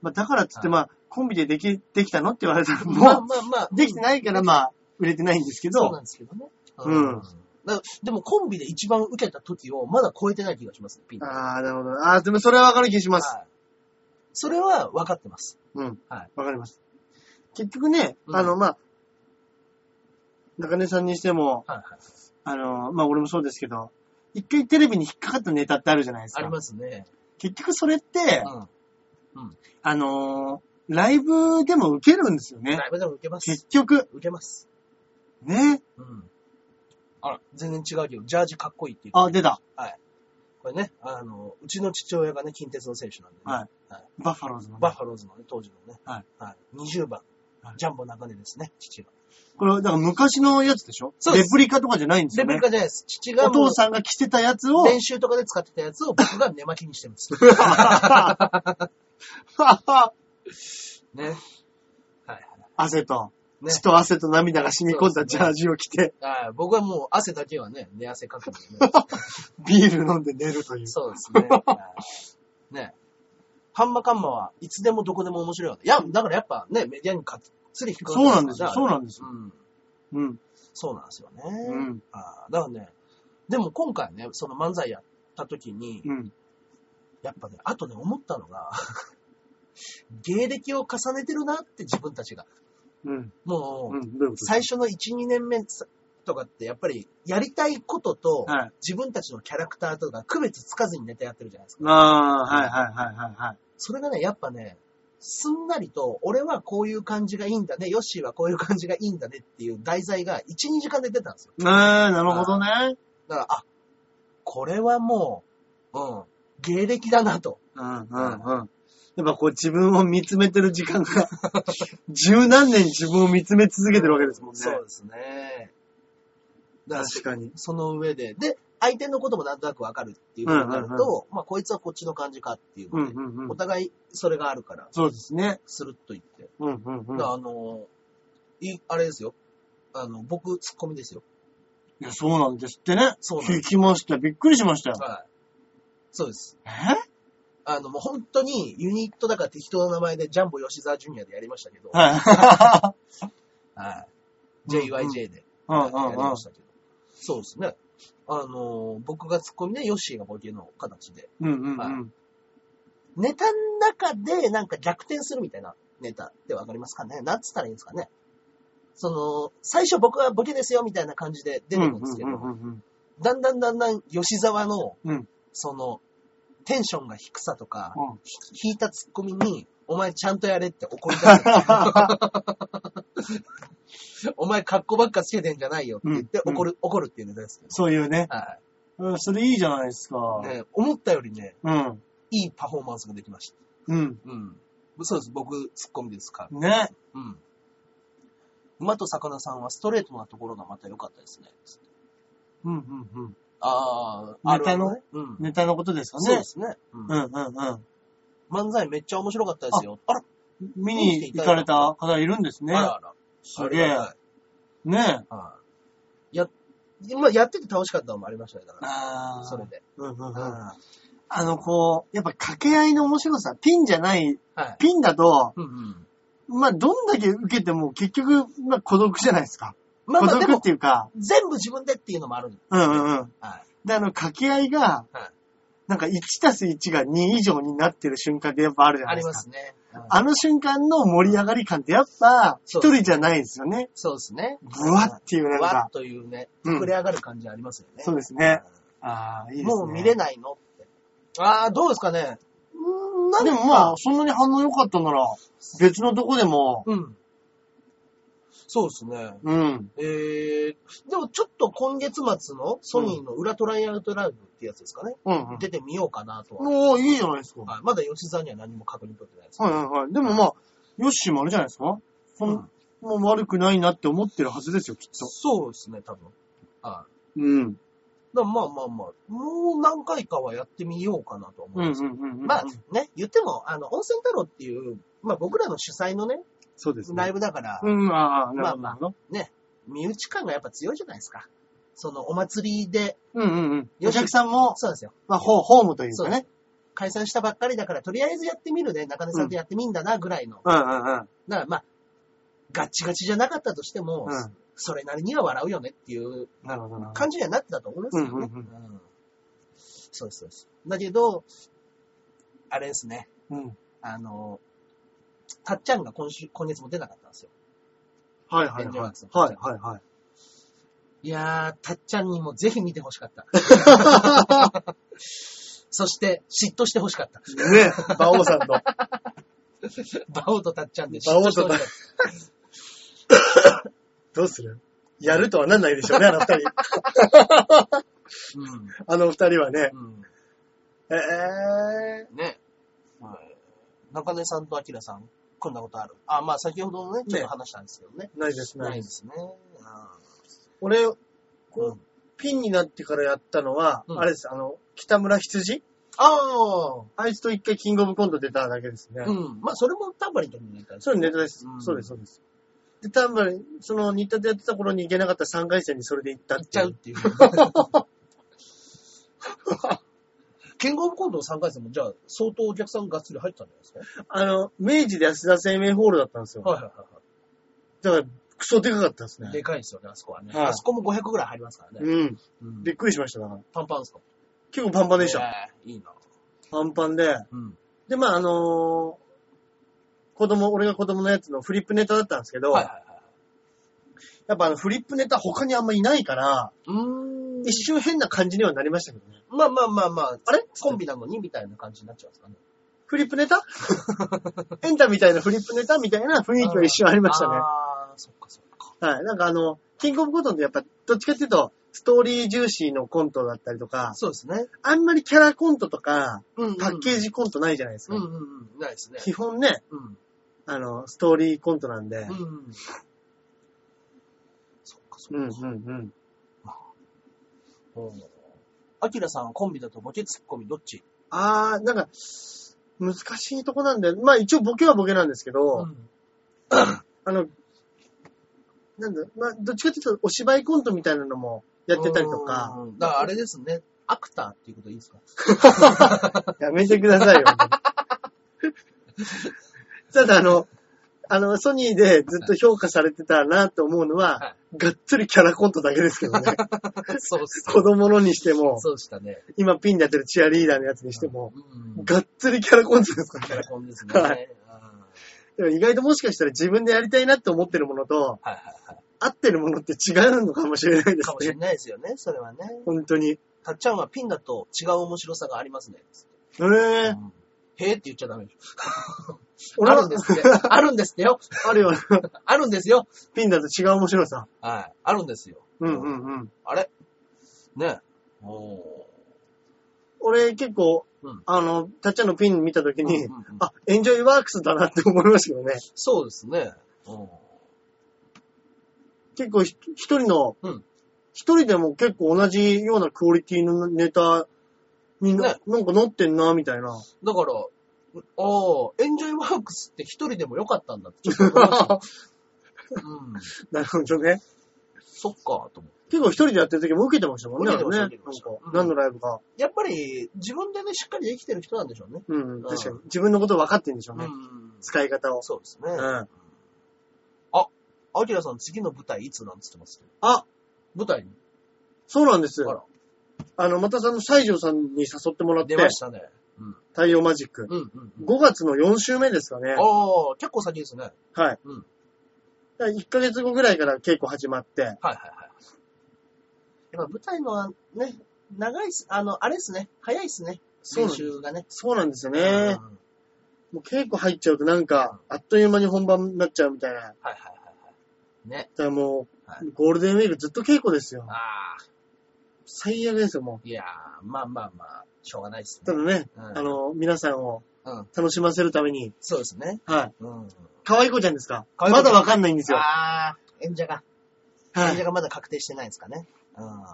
Speaker 1: まあ、だからっつって、
Speaker 2: はい
Speaker 1: まあ、コンビででき、できたのって言われたら、
Speaker 2: まあ
Speaker 1: も
Speaker 2: まあまあ
Speaker 1: う、。 できてないから、まあ、売れてないんですけ
Speaker 2: そうな
Speaker 1: ど
Speaker 2: ん、ですけどね。
Speaker 1: うん
Speaker 2: だでもコンビで一番受けた時をまだ超えてない気がしますね、ピン。
Speaker 1: ああ、なるほど。ああ、でもそれはわかる気します。
Speaker 2: はいそれは分かってます。
Speaker 1: うん。
Speaker 2: は
Speaker 1: わかります。結局ね、
Speaker 2: うん
Speaker 1: あの、まあ、中根さんにしても、
Speaker 2: はいはい。
Speaker 1: あの、まあ、俺もそうですけど、一回テレビに引っかかったネタってあるじゃないです
Speaker 2: あり
Speaker 1: か。
Speaker 2: ますね。
Speaker 1: 結局それって、
Speaker 2: うん。
Speaker 1: あのーライブでも受けるんですよね
Speaker 2: ラ。イブでも受けます。
Speaker 1: 結局、
Speaker 2: 受けます。
Speaker 1: ね。
Speaker 2: うん。あら、全然違うけど、ジャージかっこいいっていう。
Speaker 1: あ、出た。
Speaker 2: これね、あの、うちの父親がね、近鉄の選手なんでね、
Speaker 1: はい
Speaker 2: はい。
Speaker 1: バッファローズの。
Speaker 2: バッファローズのね、当時のね、。
Speaker 1: はい
Speaker 2: 20番
Speaker 1: はい、
Speaker 2: ジャンボ中根ですね、父が。
Speaker 1: これ、だから昔のやつでしょ
Speaker 2: そうです
Speaker 1: レプリカとかじゃないんです
Speaker 2: レ
Speaker 1: よ
Speaker 2: プリ
Speaker 1: ね。
Speaker 2: カじゃないです。父が
Speaker 1: お
Speaker 2: もう
Speaker 1: 父さんが着てたやつを、
Speaker 2: 練習とかで使ってたやつを僕が寝巻きにして ます。ね。はい。
Speaker 1: 汗と、
Speaker 2: ね
Speaker 1: 血と汗と涙が染み込んだジャージを着て、
Speaker 2: はい。僕はもう汗だけはね、寝汗かくんでね。
Speaker 1: ビール飲んで寝るという。
Speaker 2: そうですね。はいね。ハンマカンマはいつでもどこでも面白いわけ。いや、だからやっぱね、メディアにかっつり引っかか
Speaker 1: そうなんですよ。そう
Speaker 2: なん
Speaker 1: なんです
Speaker 2: う
Speaker 1: よ。
Speaker 2: ん。
Speaker 1: うん。
Speaker 2: そうなんですよね。
Speaker 1: うん。
Speaker 2: あーだからね、でも今回ね、その漫才やった時に、
Speaker 1: うん。
Speaker 2: やっぱね、あとね、思ったのが、 芸歴を重ねてるなって自分たちが。
Speaker 1: うん。
Speaker 2: もう、
Speaker 1: うん。どういうこと
Speaker 2: 最初の1、2年目とかって、やっぱりやりたいことと、
Speaker 1: はい。
Speaker 2: 自分たちのキャラクターとか区別つかずにネタやってるじゃないですか。
Speaker 1: ああ、はいはいはいはいはい。
Speaker 2: それがね、やっぱね、すんなりと、俺はこういう感じがいいんだね、ヨッシーはこういう感じがいいんだねっていう題材が1、2時間で出たんですよ。
Speaker 1: ねえ、なるほどね。
Speaker 2: だから、あ、これはもう、うん、芸歴だなと。
Speaker 1: うんうんうん。やっぱこう自分を見つめてる時間が、 十何年自分を見つめ続けてるわけですもんね。
Speaker 2: そうですね。だから
Speaker 1: 確かに。
Speaker 2: その上で、で、相手のこともなんとなくわかるっていうことになると、
Speaker 1: うんうん
Speaker 2: まあ、こいつはこっちの感じかっていう
Speaker 1: うん
Speaker 2: ので、
Speaker 1: うんう
Speaker 2: お
Speaker 1: ん。
Speaker 2: 互いそれがあるから、
Speaker 1: そうですね。
Speaker 2: スルッと言って。
Speaker 1: うんうんうん。
Speaker 2: だからあの、い、あれですよ。あの、僕、ツッコミですよ。
Speaker 1: いや、そうなんですってね。
Speaker 2: そうなんで
Speaker 1: 聞きましたよ。びっくりしましたよ。
Speaker 2: はい。そうです。
Speaker 1: え
Speaker 2: あの、もう本当にユニットだから適当な名前でジャンボ吉沢ジュニアでやりましたけど、はい。
Speaker 1: はい。
Speaker 2: JYJ で
Speaker 1: うん
Speaker 2: やり
Speaker 1: うんうん
Speaker 2: ましたけど。そうですね。あの、僕がツッコミで、ヨッシーがボケの形で。
Speaker 1: うんうん
Speaker 2: は
Speaker 1: う
Speaker 2: い
Speaker 1: ん。
Speaker 2: ネタの中でなんか逆転するみたいなネタってわかりますかねなんつったらいいんですかねその、最初僕はボケですよみたいな感じで出てくるんですけど、
Speaker 1: うんうんうん
Speaker 2: だんだんだんだん吉沢の、
Speaker 1: うん
Speaker 2: その、テンションが低さとか、
Speaker 1: うん
Speaker 2: 引いたツッコミに、お前ちゃんとやれって怒り出 す。お前格好ばっかつけてんじゃないよって言って
Speaker 1: うん
Speaker 2: 怒る、怒るっていうネタですけど。
Speaker 1: そういうね。
Speaker 2: は
Speaker 1: うんそれいいじゃないですか
Speaker 2: い。。ね思ったよりね、
Speaker 1: うん。
Speaker 2: いいパフォーマンスができました。
Speaker 1: うん。
Speaker 2: うん。そうです。僕、ツッコミですから。
Speaker 1: ね。
Speaker 2: うん。馬と魚さんはストレートなところがまた良かったですね。
Speaker 1: うんうんうん。
Speaker 2: ああ、
Speaker 1: ネタの
Speaker 2: あるあるねうん。
Speaker 1: ネタのことですか
Speaker 2: そう
Speaker 1: ね
Speaker 2: で。すね。うん
Speaker 1: うんうん
Speaker 2: 漫才めっちゃ面白かったですよ。あら、
Speaker 1: うん。見に行かれた方いるんですね
Speaker 2: あ。らあら。
Speaker 1: すげえ。ね。
Speaker 2: はい。や、今やってて楽しかったのもありましたね、だか
Speaker 1: あ
Speaker 2: ら。それで。
Speaker 1: うんうんうん
Speaker 2: は
Speaker 1: あの、こう、やっぱ掛け合いの面白さ、ピンじゃない、
Speaker 2: い。
Speaker 1: ピンだと、
Speaker 2: うんうん。
Speaker 1: まあ、どんだけ受けても結局、まあ、孤独じゃないですか。
Speaker 2: まあ
Speaker 1: 孤
Speaker 2: まあで
Speaker 1: 独っ
Speaker 2: も、
Speaker 1: ていうか、
Speaker 2: 全部自分でっていうのもある。
Speaker 1: うんうんうん。
Speaker 2: は
Speaker 1: で、あの、掛け合いが
Speaker 2: はい、
Speaker 1: なんか1たす1が2以上になってる瞬間ってやっぱあるじ
Speaker 2: い。
Speaker 1: ゃな
Speaker 2: あ
Speaker 1: いで
Speaker 2: り
Speaker 1: すか。
Speaker 2: ますね。うん
Speaker 1: あの瞬間の盛り上がり感ってやっぱ、一
Speaker 2: そうですね
Speaker 1: 人じゃないですよね。
Speaker 2: そうですね。
Speaker 1: ブワっていうなん
Speaker 2: わ
Speaker 1: か
Speaker 2: っ、というね、
Speaker 1: うん
Speaker 2: 膨れ上がる感じありますよね。
Speaker 1: そうですね。ああ、いいですね。
Speaker 2: もう見れないのって。ああ、どうですかね。うーん、なん
Speaker 1: でもまあ、そんなに反応良かったなら、別のとこでも、
Speaker 2: うん。そうですね。
Speaker 1: うん。
Speaker 2: えー、でもちょっと今月末のソニーの裏トライアウトライブってやつですかね。
Speaker 1: うん、うん。
Speaker 2: 出てみようかなとは。
Speaker 1: おー、いいじゃないですか。
Speaker 2: はいまだ吉沢には何も確認取ってないです。
Speaker 1: はいはいはい。でもまあ、ヨッシーもあれじゃないですかそん、
Speaker 2: うん
Speaker 1: もう悪くないなって思ってるはずですよ、きっと。
Speaker 2: そうですね、多分。はい。
Speaker 1: うん。
Speaker 2: だからまあまあまあ、もう何回かはやってみようかなとは
Speaker 1: う
Speaker 2: 思
Speaker 1: んうん
Speaker 2: います。
Speaker 1: うんうん。
Speaker 2: まあね、言っても、あの、温泉太郎っていう、まあ僕らの主催のね、
Speaker 1: そうです
Speaker 2: ライ
Speaker 1: ね。
Speaker 2: ブだから、
Speaker 1: うん、ああ、なるほど。
Speaker 2: まあ
Speaker 1: まあ、
Speaker 2: 身内感がやっぱ強いじゃないですか。そのお祭りで、
Speaker 1: うんうんうん。
Speaker 2: よ
Speaker 1: お
Speaker 2: し
Speaker 1: 客さんも、
Speaker 2: そうですよ。
Speaker 1: まあ、ホホームという
Speaker 2: そう
Speaker 1: か
Speaker 2: です
Speaker 1: ね
Speaker 2: ね。。解散したばっかりだから、とりあえずやってみるね。中根さんとやってみんだな、ぐらいの。
Speaker 1: うんうんうん。
Speaker 2: だからまあ、ガッチガチじゃなかったとしても、
Speaker 1: うん
Speaker 2: それなりには笑うよねっていう
Speaker 1: なるほどな。
Speaker 2: 感じにはなってたと思うんですけどね。
Speaker 1: うんうん
Speaker 2: うんそうです、そうです。だけど、あれですね、
Speaker 1: うん。
Speaker 2: あの、たっちゃんが今週、今月も出なかったんですよ。
Speaker 1: はいはいは
Speaker 2: 遠
Speaker 1: い。
Speaker 2: 慮
Speaker 1: は
Speaker 2: ないくそう
Speaker 1: はいはい。
Speaker 2: いやー、たっちゃんにもぜひ見てほし かった。そして、嫉妬してほしかった。
Speaker 1: ね、馬王さんと。
Speaker 2: バオとたっちゃんで嫉妬してほしかっ
Speaker 1: どうするやるとはなんないでしょうね、あの二人。
Speaker 2: た。う
Speaker 1: あの二人はね。
Speaker 2: ん。うん
Speaker 1: え
Speaker 2: ね。はい。中根さんとアキラさん、組んだことある。あ、まあ先ほどのね、ちょっと話したんですけどね。
Speaker 1: ー、ないです
Speaker 2: ない
Speaker 1: ね
Speaker 2: で。すね。
Speaker 1: 俺、
Speaker 2: うん
Speaker 1: こう、ピンになってからやったのは、
Speaker 2: うん
Speaker 1: あれです、あの、北村羊
Speaker 2: ああ、
Speaker 1: あいつと一回キングオブコント出ただけですね。
Speaker 2: うん。まあそれもタンバリンと見に行 ったんです
Speaker 1: それネタです。
Speaker 2: うん
Speaker 1: そうです、そうです。で、多分、その、新田でやってた頃に行けなかった3回戦にそれで行った
Speaker 2: 行っちゃうっ
Speaker 1: う。
Speaker 2: ていう。 キングオブコントの3回戦も、じゃあ、相当お客さんがっつり入ってたんじゃないです
Speaker 1: あの、明治で安田生命ホールだったんですよ。
Speaker 2: かはいはいはいは
Speaker 1: だから、クソでかかったです
Speaker 2: い。で
Speaker 1: ね。
Speaker 2: かいですよね、あそこはね。
Speaker 1: はい
Speaker 2: あそこも500ぐらい入りますからね。
Speaker 1: うん。
Speaker 2: うん
Speaker 1: びっくりしました、だから。
Speaker 2: パンパンですか
Speaker 1: 結構パンパンでした。
Speaker 2: ねえいいな。
Speaker 1: パンパンで。
Speaker 2: うん。
Speaker 1: で、まあ、あのー子供、俺が子供のやつのフリップネタだったんですけど、
Speaker 2: はいはいはい。
Speaker 1: やっぱあのフリップネタ他にあんまいないから、
Speaker 2: うーん。
Speaker 1: 一瞬変な感じにはなりましたけどね。
Speaker 2: まあまあまあまあ、
Speaker 1: あれ
Speaker 2: コンビなのにみたいな感じになっちゃうんですかね。
Speaker 1: フリップネ タエンタみたいなフリップネタみたいな雰囲気は一瞬ありましたね。
Speaker 2: ああ、そっかそっか。
Speaker 1: はい。なんかあの、キングオブコントってやっぱ、どっちかっていうと、ストーリー重視のコントだったりとか、
Speaker 2: そうですね。
Speaker 1: あんまりキャラコントとか、
Speaker 2: うん、
Speaker 1: パッケージコントないじゃないです
Speaker 2: う
Speaker 1: か。
Speaker 2: んうんうん。ないですね。
Speaker 1: 基本ね、
Speaker 2: うん。
Speaker 1: あの、ストーリーコントなんで
Speaker 2: う、ん。そっか、そっか。
Speaker 1: うん、うん、うん。
Speaker 2: うんアキラさんはコンビだとボケツッコミどっち
Speaker 1: あー、なんか、難しいとこなんで、まあ一応ボケはボケなんですけど、
Speaker 2: ん。
Speaker 1: あの、なんだ、まあどっちかっていうとお芝居コントみたいなのもやってたりとか、
Speaker 2: うん。だからあれですね。アクターっていうこといいですか
Speaker 1: やめてくださいよ。 ただあの、あの、ソニーでずっと評価されてたなと思うのは、
Speaker 2: は
Speaker 1: がっつりキャラコントだけですけ どね。
Speaker 2: そうっす
Speaker 1: 子供のにしても、
Speaker 2: そうしたね。
Speaker 1: 今ピンでやってるチアリーダーのやつにしても、
Speaker 2: うん。
Speaker 1: がっつりキャラコントですか
Speaker 2: キ
Speaker 1: ら
Speaker 2: ャラ
Speaker 1: ね。
Speaker 2: コンですね。
Speaker 1: は
Speaker 2: うん
Speaker 1: でも意外ともしかしたら自分でやりたいなって思ってるものと、
Speaker 2: はいはいは
Speaker 1: 合ってるものって違うのかもしれない
Speaker 2: い。
Speaker 1: で
Speaker 2: か
Speaker 1: す
Speaker 2: もしれ
Speaker 1: ね。
Speaker 2: ないですよね、それはね。
Speaker 1: 本当に。へ
Speaker 2: たっちゃんはピンだと違う面白さがありますね。
Speaker 1: え。
Speaker 2: うんへーって言っちゃダメでしょ。
Speaker 1: 俺
Speaker 2: あ
Speaker 1: は
Speaker 2: るんです って。あるんですってよ。
Speaker 1: あるよ。
Speaker 2: あるんですよ。
Speaker 1: ピンだと違う面白さ。
Speaker 2: はい。あるんですよ。
Speaker 1: うんうんうん。
Speaker 2: あれね。おー。
Speaker 1: 俺結構、
Speaker 2: うん
Speaker 1: あの、たっちゃんのピン見たときに、
Speaker 2: うんうんうん
Speaker 1: あ、エンジョイワークスだなって思いましたけどね。
Speaker 2: そうですね。うん
Speaker 1: 結構ひ一人の、
Speaker 2: うん
Speaker 1: 一人でも結構同じようなクオリティのネタにな、
Speaker 2: ね
Speaker 1: なんか乗ってんな、みたい な。
Speaker 2: だから、ああ、エンジョイワークスって一人でもよかったんだってちょ っと思いましたうん。
Speaker 1: なるほどね。
Speaker 2: そっか、と思って。
Speaker 1: 結構一人でやってる時も受けてましたもんね、
Speaker 2: 受けてました
Speaker 1: あれね
Speaker 2: 受けてました
Speaker 1: なんか
Speaker 2: うん
Speaker 1: 何のライブか。
Speaker 2: やっぱり、自分でね、しっかりできてる人なんでしょうね。
Speaker 1: うん、
Speaker 2: ん
Speaker 1: 確かに。自分のこと分かってんでしょうね。
Speaker 2: ん
Speaker 1: 使い方を。
Speaker 2: そうです
Speaker 1: う
Speaker 2: ね。
Speaker 1: ん。
Speaker 2: アキラさん、次の舞台いつなんつってますけど。
Speaker 1: あ
Speaker 2: 舞台に
Speaker 1: そうなんです
Speaker 2: あ
Speaker 1: よ。
Speaker 2: ら
Speaker 1: あの、またさんの西条さんに誘ってもらって
Speaker 2: 出、ましたね。うん。
Speaker 1: 太陽マジック。
Speaker 2: うんうんうん。
Speaker 1: 5月の4週目ですかね。
Speaker 2: ああ、結構先ですね。はい
Speaker 1: はい。
Speaker 2: うん
Speaker 1: だから1ヶ月後ぐらいから稽古始まって、
Speaker 2: はいはい。やっぱ舞台のはね、長いっす、あの、あれですね、早いですね。
Speaker 1: そう
Speaker 2: 練
Speaker 1: なんです
Speaker 2: 習がね。
Speaker 1: そうなんですよね。
Speaker 2: うん
Speaker 1: もう稽古入っちゃうとなんか、あっという間に本番になっちゃうみたいな。だか
Speaker 2: はいはいはいはい。ね。
Speaker 1: らもう、
Speaker 2: はい
Speaker 1: ゴールデンウィークずっと稽古ですよ。
Speaker 2: ああ、
Speaker 1: 最悪ですよ、も
Speaker 2: いやー、まあまあまあ、しょうがないです
Speaker 1: う。た
Speaker 2: ね。
Speaker 1: だね、
Speaker 2: うん
Speaker 1: あの、皆さんを
Speaker 2: うん
Speaker 1: 楽しませるために、
Speaker 2: そうですね。
Speaker 1: はい。
Speaker 2: うん。
Speaker 1: 可愛い子ちゃんですか
Speaker 2: 可愛い子ちゃ
Speaker 1: ま
Speaker 2: ん
Speaker 1: だわかんないんですよ。
Speaker 2: あー、演者が、
Speaker 1: は
Speaker 2: 演者
Speaker 1: い。
Speaker 2: がまだ確定してないですかね。うん。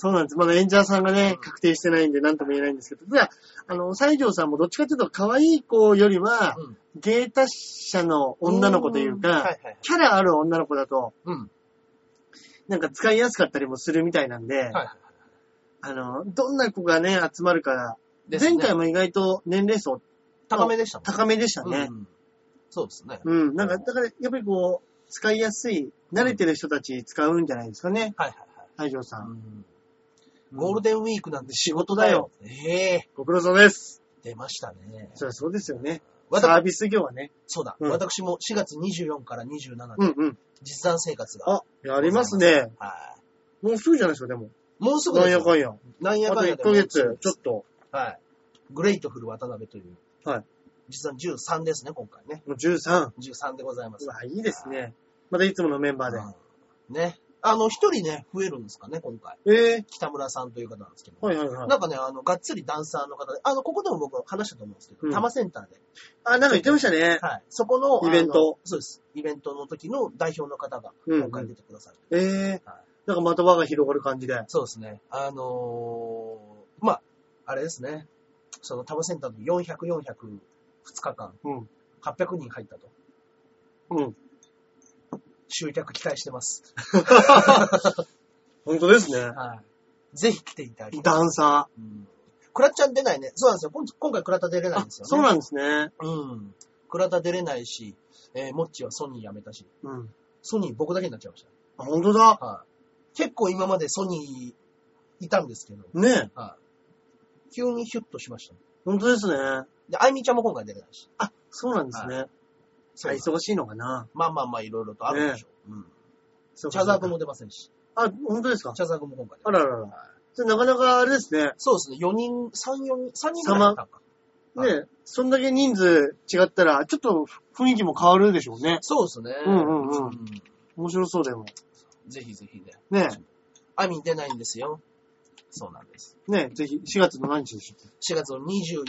Speaker 1: そうなんです。まだ演者さんがね
Speaker 2: う、ん
Speaker 1: 確定してないんで何とも言えないんですけど、ただ、あの、西条さんもどっちかというと可愛い子よりは、
Speaker 2: うん
Speaker 1: 芸達者の女の子という
Speaker 2: は
Speaker 1: か、
Speaker 2: いはいはい。
Speaker 1: キャラある女の子だと、
Speaker 2: うん。
Speaker 1: なんか使いやすかったりもするみたいなんで、
Speaker 2: はいはいは
Speaker 1: あの、どんな子がね、集まるか、
Speaker 2: い。ですね
Speaker 1: 前回も意外と年齢層
Speaker 2: 高めでしたもん
Speaker 1: 高めでしたね
Speaker 2: う。ん。そうですね。
Speaker 1: うん、なんか、だから、やっぱりこう、使いやすい、慣れてる人たち使うんじゃないですかね、
Speaker 2: はいはいは
Speaker 1: 西
Speaker 2: い。
Speaker 1: 条さん。
Speaker 2: うんゴールデンウィークなんて仕事だよ。ええ
Speaker 1: ご苦労様です。
Speaker 2: 出ましたね。
Speaker 1: そりゃそうですよね。
Speaker 2: わ
Speaker 1: サ
Speaker 2: た
Speaker 1: ービス業はね。
Speaker 2: そうだ、
Speaker 1: うん
Speaker 2: 私も4月24から27
Speaker 1: う
Speaker 2: で
Speaker 1: んうん。
Speaker 2: 実弾生活が。
Speaker 1: あ、やりますね。
Speaker 2: はい。
Speaker 1: もうすぐじゃないですか、でも。
Speaker 2: もうすぐ
Speaker 1: な
Speaker 2: で
Speaker 1: んや
Speaker 2: すよ
Speaker 1: かんや。
Speaker 2: なんや
Speaker 1: あと
Speaker 2: かん
Speaker 1: 1
Speaker 2: やで
Speaker 1: ヶ
Speaker 2: もうすぐ
Speaker 1: 月
Speaker 2: で、す
Speaker 1: ちょっと、
Speaker 2: はい。グレイトフル渡辺という。
Speaker 1: はい。
Speaker 2: 実は13ですね、今回ね。
Speaker 1: もう13。
Speaker 2: 13でございます
Speaker 1: う。わ、いいですね。またいつものメンバーで。
Speaker 2: うんね。あの、一人ね、増えるんですかね、今回。
Speaker 1: ええ
Speaker 2: 北村さんという方なんですけど。
Speaker 1: はいはいはい。
Speaker 2: なんかね、あの、がっつりダンサーの方で、あの、ここでも僕話したと思うんですけど、
Speaker 1: うん
Speaker 2: 多摩センターで。
Speaker 1: あ、なんか言ってましたね。
Speaker 2: はい。そこの、
Speaker 1: イベント
Speaker 2: あの。そうです。イベントの時の代表の方が、
Speaker 1: うんうん
Speaker 2: 今回出てくださる。
Speaker 1: ええ
Speaker 2: はい
Speaker 1: なんかまた輪が広がる感じで。
Speaker 2: そうですね。あのーまあ、あれですね。その、多摩センターの400、400、2日間、
Speaker 1: うん。
Speaker 2: 800人入ったと。
Speaker 1: うん。
Speaker 2: 集客期待してます。
Speaker 1: 本当ですね。
Speaker 2: はい。ぜひ来ていただきたい。
Speaker 1: ダンサ
Speaker 2: うん。クラッちゃん出ないね。そうなんですよ。今今回クラタ出れ
Speaker 1: ー。
Speaker 2: ないん
Speaker 1: あ、
Speaker 2: ですよね。
Speaker 1: そうなんですね。
Speaker 2: うん。倉田出れないし、えー、モッチーはソニー辞めたし、
Speaker 1: うん。
Speaker 2: ソニー僕だけになっちゃいまし
Speaker 1: あ、本当だ。
Speaker 2: た。はい。結構今までソニーいたんですけど、
Speaker 1: ねえ。
Speaker 2: はい。急にヒュッとしました、ね。
Speaker 1: 本当ですね。
Speaker 2: で、あいみちゃんも今回出れないし。
Speaker 1: あ、そうなんですね。
Speaker 2: そ
Speaker 1: あ
Speaker 2: う
Speaker 1: 忙しいのかな。
Speaker 2: まあまあまあ、いろいろとあるでしょう。
Speaker 1: そ
Speaker 2: うん。
Speaker 1: う
Speaker 2: チ
Speaker 1: かそ
Speaker 2: ャ
Speaker 1: うか
Speaker 2: ザークも出ませんし。
Speaker 1: あ、本当ですか
Speaker 2: チャザークも今回出
Speaker 1: あ
Speaker 2: ない
Speaker 1: ららら。それなかなかあれですね。
Speaker 2: そうですね。4人、3、4、3人ぐらいいたんか。はい
Speaker 1: ねえ、そんだけ人数違ったら、ちょっと雰囲気も変わるでしょうね。
Speaker 2: そうですね。
Speaker 1: うんうんうん
Speaker 2: ん
Speaker 1: 面白そうでも。
Speaker 2: ぜひぜひね。
Speaker 1: ねえ。
Speaker 2: 網出ないんですよ。そうなんです。
Speaker 1: ね、ぜひ、4月の何日でしょう
Speaker 2: 4月の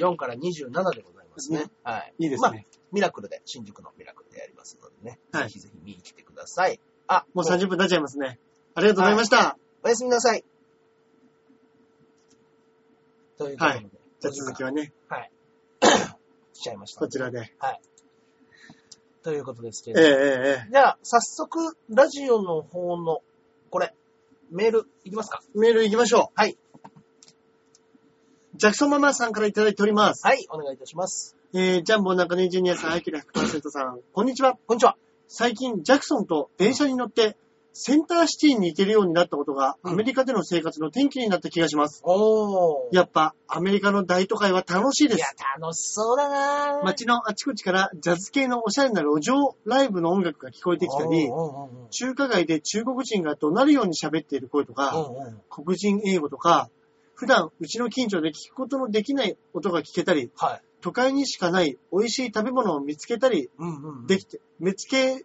Speaker 2: 24から27でございますね。はい。
Speaker 1: いいです
Speaker 2: ま
Speaker 1: ね。
Speaker 2: あミラクルで、新宿のミラクルでやりますのでね。
Speaker 1: はい
Speaker 2: ぜひぜひ見に来てください。あ、
Speaker 1: もう30分経っちゃいますね。ありがとうございました。
Speaker 2: おやすみなさい。ということで、
Speaker 1: はいじゃあ続き
Speaker 2: は
Speaker 1: はね、
Speaker 2: しちゃいました
Speaker 1: こ。ちらで。
Speaker 2: ということですけ
Speaker 1: え
Speaker 2: れ
Speaker 1: え
Speaker 2: ど
Speaker 1: え
Speaker 2: も。
Speaker 1: ええ
Speaker 2: じゃあ、早速、ラジオの方の、これ、メール、いきますか
Speaker 1: えメール行きましょう。
Speaker 2: はい。
Speaker 1: ジャクソンママさんからいただいております。
Speaker 2: はい、お願いいたします。
Speaker 1: えー、ジャンボ中根ジュニアさん、アキラ100%さん、こんにちは。
Speaker 2: こんにちは。
Speaker 1: 最近、ジャクソンと電車に乗って、センターシティに行けるようになったことが、
Speaker 2: うん
Speaker 1: アメリカでの生活の転機になった気がします。
Speaker 2: おー。
Speaker 1: やっぱ、アメリカの大都会は楽しいで
Speaker 2: いや
Speaker 1: す。、
Speaker 2: 楽しそうだなぁ。
Speaker 1: 街のあちこちからジャズ系のおしゃれな路上ライブの音楽が聞こえてきたり
Speaker 2: う、んうんうんうん
Speaker 1: 中華街で中国人が怒鳴るように喋っている声とか、
Speaker 2: うんうん
Speaker 1: 黒人英語とか、普段うちの近所で聞くことのできない音が聞けたり、
Speaker 2: はい。
Speaker 1: 都会にしかない美味しい食べ物を見つけたり
Speaker 2: うんうんうん
Speaker 1: できて、見つけ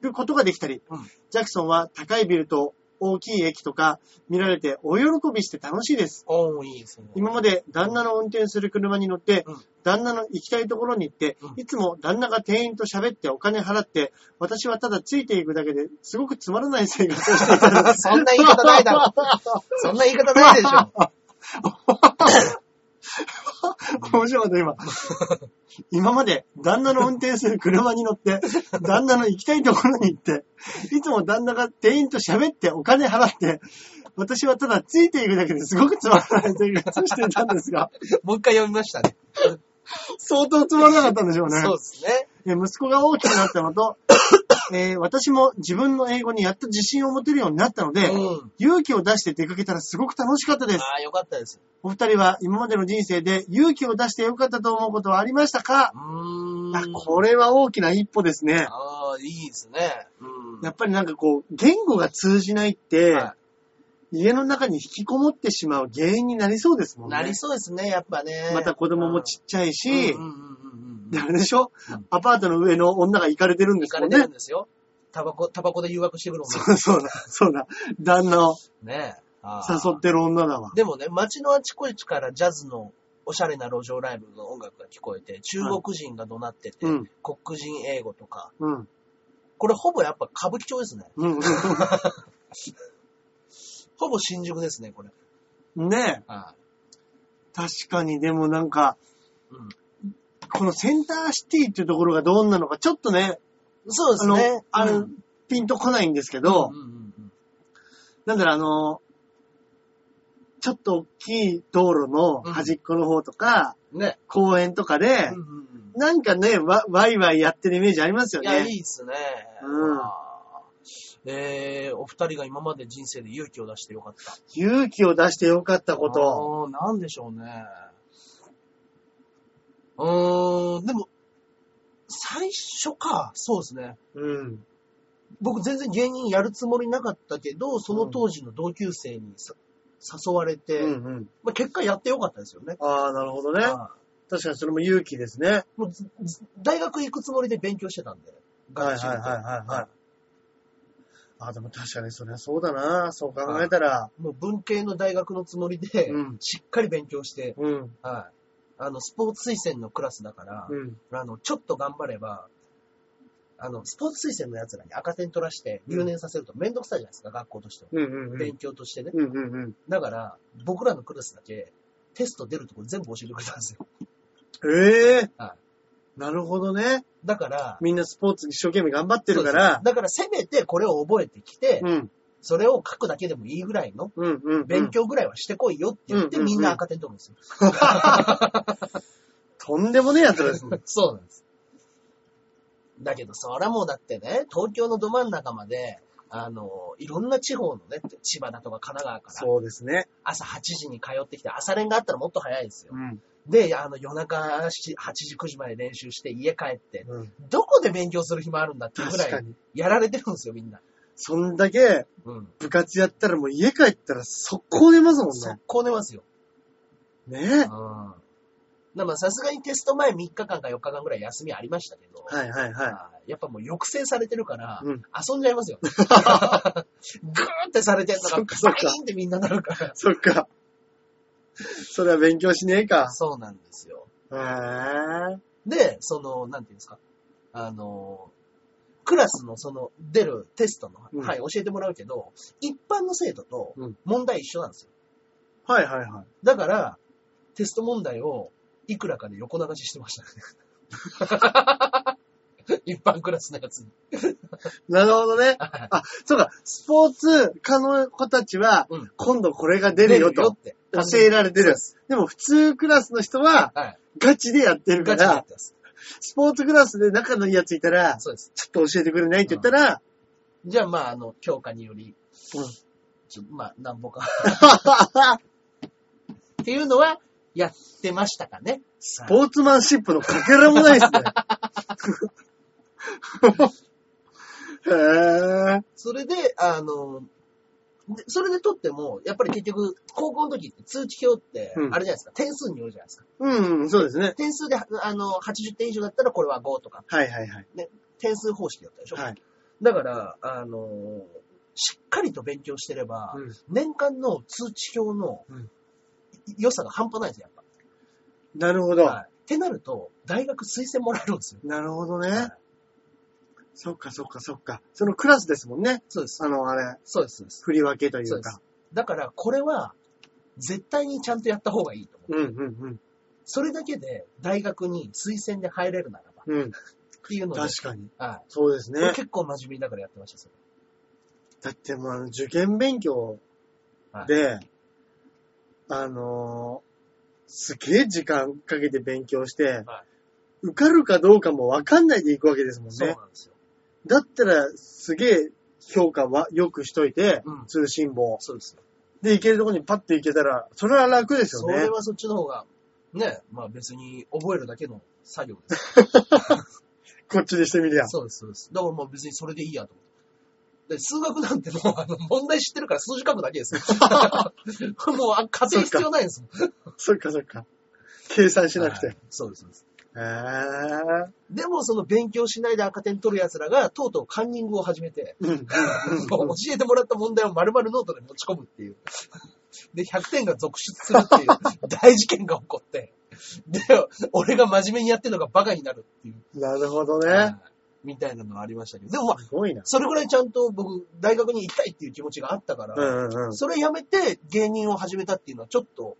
Speaker 1: ることができたり、
Speaker 2: うん
Speaker 1: ジャクソンは高いビルと大きい駅とか見られて大喜びして楽しいです。
Speaker 2: おー、いいですね。
Speaker 1: 今まで旦那の運転する車に乗って、
Speaker 2: うん
Speaker 1: 旦那の行きたいところに行って、
Speaker 2: うん
Speaker 1: いつも旦那が店員と喋ってお金払って、私はただついていくだけですごくつまらない生活をしていたです
Speaker 2: そんな言い方ないだろ。 そんな言い方ないでし ょ。
Speaker 1: 面白かった、今。今まで旦那の運転する車に乗って、旦那の行きたいところに行って、いつも旦那が店員と喋ってお金払って、私はただついていくだけですごくつまらない生活をしていたんですが、
Speaker 2: もう一回読みましたね。
Speaker 1: 相当つまらなかったんでしょうね。
Speaker 2: そうですね。
Speaker 1: え息子が大きくなったのと、えー私も自分の英語にやっと自信を持てるようになったので、
Speaker 2: うん
Speaker 1: 勇気を出して出かけたらすごく楽しかったです。
Speaker 2: ああ、よかったです。
Speaker 1: お二人は今までの人生で勇気を出してよかったと思うことはありましたか
Speaker 2: うーん。
Speaker 1: あこれは大きな一歩ですね。
Speaker 2: ああ、いいですね。うん。
Speaker 1: やっぱりなんかこう、言語が通じないって、
Speaker 2: は
Speaker 1: 家の中に引きこもってしまう原因になりそうですもんね。
Speaker 2: なりそうですね、やっぱね。
Speaker 1: また子供もちっちゃいし、
Speaker 2: うんうんうんうんう
Speaker 1: で
Speaker 2: ん。
Speaker 1: あれでしょ、アパートの上の女が行かれてるんで
Speaker 2: 行
Speaker 1: す
Speaker 2: か
Speaker 1: も
Speaker 2: れ
Speaker 1: ん
Speaker 2: てる
Speaker 1: ね
Speaker 2: ん。ですよ。タバコ、タバコで誘惑してくるもん
Speaker 1: そうそうだ、そうだ。旦那を
Speaker 2: ね。あー
Speaker 1: 誘ってる女だわ。
Speaker 2: でもね、街のあちこちからジャズのおしゃれな路上ライブの音楽が聞こえて、中国人が怒鳴ってて、
Speaker 1: うん
Speaker 2: 黒人英語とか、
Speaker 1: うん。
Speaker 2: これほぼやっぱ歌舞伎町ですね。
Speaker 1: うん。
Speaker 2: ほぼ新宿ですね、これ。
Speaker 1: うん、ねえ
Speaker 2: あ
Speaker 1: 確かに、でもなんか、
Speaker 2: うん
Speaker 1: このセンターシティっていうところがどんなのか、ちょっとね、
Speaker 2: そうで
Speaker 1: あ
Speaker 2: す
Speaker 1: の、
Speaker 2: ね。
Speaker 1: あ
Speaker 2: う
Speaker 1: の
Speaker 2: ん
Speaker 1: ピンとこないんですけど、
Speaker 2: うんうんうん
Speaker 1: なんだろう、あの、ちょっと大きい道路の端っこの方とか、
Speaker 2: うんね。
Speaker 1: 公園とかで、
Speaker 2: うんうん
Speaker 1: なんかねわ、ワイワイやってるイメージあります
Speaker 2: う
Speaker 1: よ
Speaker 2: んいや、い
Speaker 1: ね。
Speaker 2: いですね。
Speaker 1: うん
Speaker 2: あーえー、お二人が今まで人生で勇気を出してよかった
Speaker 1: 勇気を出してよかったこと。
Speaker 2: あー。なんでしょうね。うーん、でも、最初か。そうですね。
Speaker 1: うん。
Speaker 2: 僕全然芸人やるつもりなかったけど、その当時の同級生にさ誘われ
Speaker 1: う
Speaker 2: て、
Speaker 1: んうん。
Speaker 2: まあ、結果やってよかったですよね。
Speaker 1: ああ、なるほどね。
Speaker 2: あー
Speaker 1: 確かにそれも勇気ですね。
Speaker 2: もうずず大学行くつもりで勉強してたんで。
Speaker 1: はいはいはいはいはい。ああ、でも確かにそれはそうだな。そう考えたら。
Speaker 2: もう文系の大学のつもりで、
Speaker 1: うん
Speaker 2: しっかり勉強して、
Speaker 1: うん。
Speaker 2: はい。あの、スポーツ推薦のクラスだから、
Speaker 1: うん。
Speaker 2: あの、ちょっと頑張れば、あの、スポーツ推薦の奴らに赤点取らして留年させるとめんどくさいじゃないですか、学校としては。
Speaker 1: うんうんうん。
Speaker 2: 勉強としてね。
Speaker 1: うんうんうん。
Speaker 2: だから、僕らのクラスだけ、テスト出るとこ全部教えてくれたんですよ。
Speaker 1: ええ
Speaker 2: は
Speaker 1: なるほどね。
Speaker 2: だから、
Speaker 1: みんなスポーツ一生懸命頑張って
Speaker 2: そう
Speaker 1: る
Speaker 2: で
Speaker 1: か
Speaker 2: す
Speaker 1: ら。
Speaker 2: だからせめてこれを覚えてきて、
Speaker 1: うん。
Speaker 2: それを書くだけでもいいぐらいの
Speaker 1: うんうんうん。
Speaker 2: 勉強ぐらいはしてこいよって言って、
Speaker 1: うんうんうん
Speaker 2: みんな赤点取るんです よ。
Speaker 1: とんでもねえやつらですね。
Speaker 2: そうなんです。だけど、そらもうだってね、東京のど真ん中まで、あの、いろんな地方のね、千葉だとか神奈川 から、
Speaker 1: そうですね。
Speaker 2: 朝8時に通ってきて、朝練があったらもっと早いですよ
Speaker 1: う。ん。
Speaker 2: で、あの、夜中8時、9時まで練習して、家帰って、
Speaker 1: うん、
Speaker 2: どこで勉強する暇あるんだっていうぐ
Speaker 1: 確
Speaker 2: ら
Speaker 1: か
Speaker 2: い、
Speaker 1: に。
Speaker 2: やられてるんですよ、みんな。
Speaker 1: そんだけ
Speaker 2: うん。
Speaker 1: 部活やったらもう家帰ったら速攻出ますも
Speaker 2: 速
Speaker 1: ん
Speaker 2: 攻寝ますよ。
Speaker 1: ね。ねえ。
Speaker 2: うん。なまあさすがにテスト前3日間か4日間ぐらい休みありましたけど、
Speaker 1: はいはいは
Speaker 2: はいやっぱもう抑制されてるから、
Speaker 1: うん
Speaker 2: 遊んじゃい ますよ。ぐーってされてんのが、
Speaker 1: そっかそっ
Speaker 2: バ
Speaker 1: か
Speaker 2: キーンってみんななるから。
Speaker 1: そっか。それは勉強しねえか。
Speaker 2: そうなんですよ。
Speaker 1: へえ。
Speaker 2: で、その、なんていうんですか、あの、クラスのその出るテストの、
Speaker 1: うん
Speaker 2: はい、教えてもらうけど、一般の生徒と
Speaker 1: うん
Speaker 2: 問題一緒なんですよ。
Speaker 1: はいはいはい。
Speaker 2: だから、テスト問題をいくらかで横流ししてましたね。 一般クラスのやつに。
Speaker 1: なるほどね。あ、そうか、スポーツ科の子たちは
Speaker 2: うん、
Speaker 1: 今度これが出るよと
Speaker 2: って。
Speaker 1: 教えられてる。でも普通クラスの人は
Speaker 2: はい。
Speaker 1: ガチでやってるか
Speaker 2: ガチでやっ
Speaker 1: ら、
Speaker 2: てます。
Speaker 1: スポーツクラスで仲のいいやついたら、
Speaker 2: そうです。
Speaker 1: ちょっと教えてくれないって言ったら、
Speaker 2: じゃあ、まあ、あの、教科により、
Speaker 1: うん
Speaker 2: ちょまあ、なんぼか。っていうのは、やってましたかね。
Speaker 1: スポーツマンシップのかけらもないですね。 へえ。
Speaker 2: それで、あの、でそれで取っても、やっぱり結局、高校の時って通知表って、あれ
Speaker 1: う
Speaker 2: じゃ
Speaker 1: ん
Speaker 2: ないですか、点数によるじゃないですか。
Speaker 1: うん、そうですね。
Speaker 2: 点数で、あの、80点以上だったらこれは5とか、
Speaker 1: はいはいはい。
Speaker 2: 点数方式だったでしょ。
Speaker 1: はい。
Speaker 2: だから、あの、しっかりと勉強してれば、
Speaker 1: うん
Speaker 2: 年間の通知表の
Speaker 1: うん
Speaker 2: 良さが半端ないですよ、やっ
Speaker 1: なるほ
Speaker 2: ぱ。
Speaker 1: ど。
Speaker 2: はいってなると、大学推薦もらえるんですよ。
Speaker 1: なるほどね。
Speaker 2: はい
Speaker 1: そっかそっかそっか。そのクラスですもんね。
Speaker 2: そうです。
Speaker 1: あの、あれ、
Speaker 2: そうです。そうです。
Speaker 1: 振り分けとい
Speaker 2: そう
Speaker 1: う
Speaker 2: で
Speaker 1: か
Speaker 2: す。。だから、これは、絶対にちゃんとやった方がいいと思う。
Speaker 1: うんうん
Speaker 2: それだけで、大学に推薦で入れるならば、っ
Speaker 1: うん。うん。
Speaker 2: ていうので、
Speaker 1: 確かに。
Speaker 2: は
Speaker 1: そうです
Speaker 2: い。
Speaker 1: ね。
Speaker 2: 結構真面目にだからやってました、それ。
Speaker 1: だってもうあの、受験勉強で、あのーすげえ時間かけて勉強して、
Speaker 2: は
Speaker 1: 受かるかどうかもわかんないでいくわけですもん
Speaker 2: そう
Speaker 1: ね。
Speaker 2: なんですよ。
Speaker 1: だったら、すげえ評価はよくしといて、
Speaker 2: うん
Speaker 1: 通信簿。
Speaker 2: そうですよ。
Speaker 1: で、行けるとこにパッて行けたら、それは楽ですよ
Speaker 2: そ
Speaker 1: ね。
Speaker 2: れはそっちの方が、ね、まあ別に覚えるだけの作業です。
Speaker 1: こっちにしてみりゃ。
Speaker 2: そうです、そうです。だからもう別にそれでいいやと思って。で数学なんてもう、 あの、問題知ってるから数字書くだけ ですよ。もう、あ仮定必要ないですもん。
Speaker 1: そっかそっか。計算しなくて。
Speaker 2: はいそうです、そうです。
Speaker 1: へぇー。
Speaker 2: でも、その勉強しないで赤点取る奴らが、とうとうカンニングを始めて、
Speaker 1: うん。
Speaker 2: 教えてもらった問題を丸々ノートで持ち込むっていう。で、100点が続出する っていう大事件が起こって。で、俺が真面目にやってるのがバカになるっていう。
Speaker 1: なるほど
Speaker 2: はい
Speaker 1: ね。
Speaker 2: みたいなのはありましたけど。でもまあ、
Speaker 1: すごいな。
Speaker 2: それぐらいちゃんと僕、大学に行きたいっていう気持ちがあったか
Speaker 1: う
Speaker 2: ら、
Speaker 1: んうん
Speaker 2: それやめて芸人を始めたっていうのはちょっと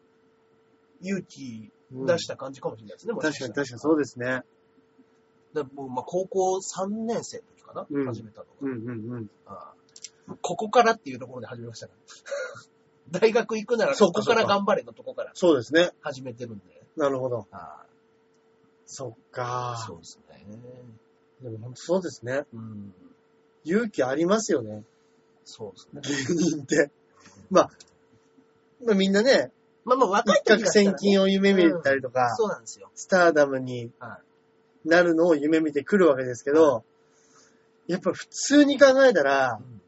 Speaker 2: 勇気
Speaker 1: うん。
Speaker 2: 出した感じかもしれないですね。もしか
Speaker 1: 確
Speaker 2: し
Speaker 1: か
Speaker 2: たら
Speaker 1: に確かにそうですね。
Speaker 2: だからもうまあ高校3年生の時かな、
Speaker 1: うん
Speaker 2: 始めたのが。
Speaker 1: うんうんうん。
Speaker 2: ああここからっていうところで始めましたから。 大学行くなら
Speaker 1: そ
Speaker 2: こ
Speaker 1: っか
Speaker 2: こ
Speaker 1: そっ
Speaker 2: か
Speaker 1: から
Speaker 2: 頑張れのとこから
Speaker 1: そうですね。
Speaker 2: 始めてるんで。
Speaker 1: なるほど。
Speaker 2: あ
Speaker 1: そっ
Speaker 2: あ
Speaker 1: か
Speaker 2: そうですね。
Speaker 1: でも本当そうですね。
Speaker 2: うん。
Speaker 1: 勇気ありますよね。
Speaker 2: そうですね。
Speaker 1: 芸人って。まあ、まあみんなね、
Speaker 2: まあまあ若い
Speaker 1: 一攫
Speaker 2: 時だったら、
Speaker 1: 千
Speaker 2: ね、
Speaker 1: 金を夢見たりとか、
Speaker 2: そうなんですよ。
Speaker 1: スターダムに
Speaker 2: は
Speaker 1: なるのを夢見てくるわけですけど、やっぱ普通に考えたら
Speaker 2: い、うん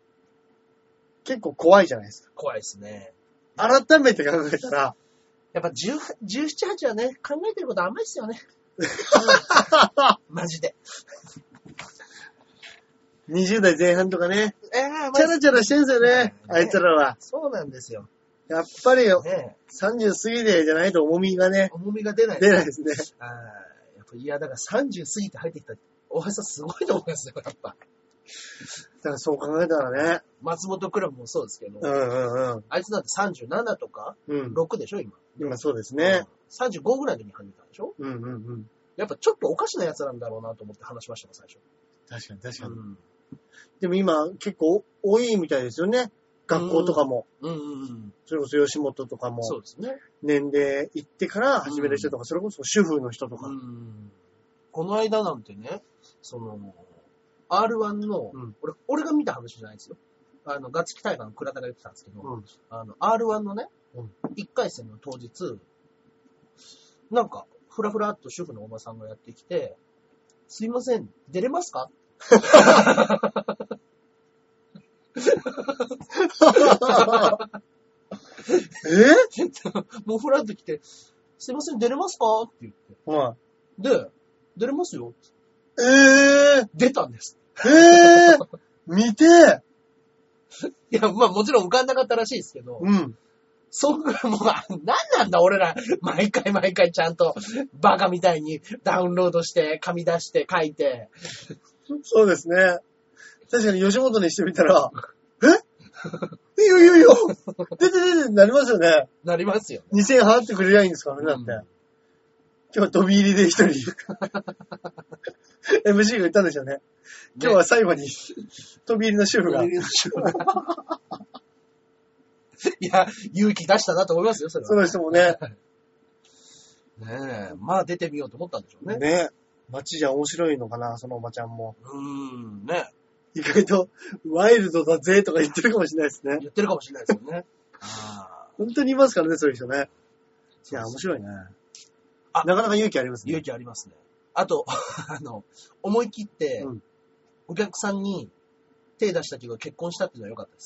Speaker 1: 結構怖いじゃないです
Speaker 2: 怖いですね。
Speaker 1: か。改めて考えたら、
Speaker 2: やっぱ10 17、8はね、考えてること甘いっす よね。うんマジで。
Speaker 1: 20代前半とかね、
Speaker 2: ええ
Speaker 1: チャラチャラしてんすよね、
Speaker 2: うん
Speaker 1: あいつらは。
Speaker 2: そうなんですよ。
Speaker 1: やっぱり
Speaker 2: ね
Speaker 1: 30過ぎでじゃないと重みがね、
Speaker 2: 重みが出ない。
Speaker 1: 出ないですね。
Speaker 2: ああ、やっぱいや、だから30過ぎて入ってきた大橋さんすごいと思いますよ、やっぱ。
Speaker 1: だからそう考えたらね、
Speaker 2: 松本クラブもそうですけど、
Speaker 1: うんうんうん。
Speaker 2: あいつなんて37とか
Speaker 1: うん、
Speaker 2: 6でしょ、今。
Speaker 1: 今そうですね。
Speaker 2: うん。35ぐらいの時に始めたんでしょ
Speaker 1: うんうんうん。
Speaker 2: やっぱちょっとおかしな奴なんだろうなと思って話しましたもん、最初。
Speaker 1: 確かに確か
Speaker 2: う
Speaker 1: に。
Speaker 2: ん。
Speaker 1: でも今結構多いみたいですよね。学校とかも。
Speaker 2: うんうんうん。
Speaker 1: それこそ吉本とかも、
Speaker 2: そうですね。
Speaker 1: 年齢行ってから始める人とか、それこそ主婦の人と か。
Speaker 2: うん。この間なんてね、その、R1 の、
Speaker 1: うん
Speaker 2: 俺、俺が見た話じゃないですよ。あの、ガッツキ大河の倉田が言ってたんですけど、
Speaker 1: うん
Speaker 2: あの、R1 のね
Speaker 1: うん、
Speaker 2: 1回戦の当日、なんか、ふらふらっと主婦のおばさんがやってきて、すいません、出れますか
Speaker 1: え
Speaker 2: もうふらっと来て、すいません、出れますかって言って、
Speaker 1: は
Speaker 2: で、出れますよ。
Speaker 1: い。ええ
Speaker 2: 出たんです。
Speaker 1: ー、ええー、見てえ
Speaker 2: いや、まあもちろん浮かんなかったらしいですけど、
Speaker 1: うん。
Speaker 2: そんぐらいもう、あなんなんだ俺ら、毎回毎回ちゃんと、バカみたいにダウンロードして、噛み出して、書いて、
Speaker 1: そうですね。確かに吉本にしてみたら、えいいよいい よいいよ出て出てってなりますよね。
Speaker 2: なりますよ。
Speaker 1: 2000円払ってくれりゃいいんですからね、だって。
Speaker 2: うん
Speaker 1: 今日は飛び入りで一人。MC が言ったんですよね。今日は最後に、飛び入りの主婦が。
Speaker 2: いや、勇気出したなと思いますよ、それ
Speaker 1: そ
Speaker 2: は。
Speaker 1: の人もね、
Speaker 2: ねえ、まあ出てみようと思ったんでしょうね。
Speaker 1: ね、街じゃ面白いのかな、そのおばちゃんも。
Speaker 2: うーん、ね
Speaker 1: 意外と、ワイルドだぜとか言ってるかもしれないですね。
Speaker 2: 言ってるかもしれないですよ ね。あ
Speaker 1: 本当にいますからね、そういう人ね。い
Speaker 2: ー
Speaker 1: や、面白いね。
Speaker 2: あ
Speaker 1: なかなか勇気ありますね
Speaker 2: 勇。気ありますね。あと、 あの、思い切って、
Speaker 1: うん
Speaker 2: お客さんに手出したけど結婚したっていうのは良かった で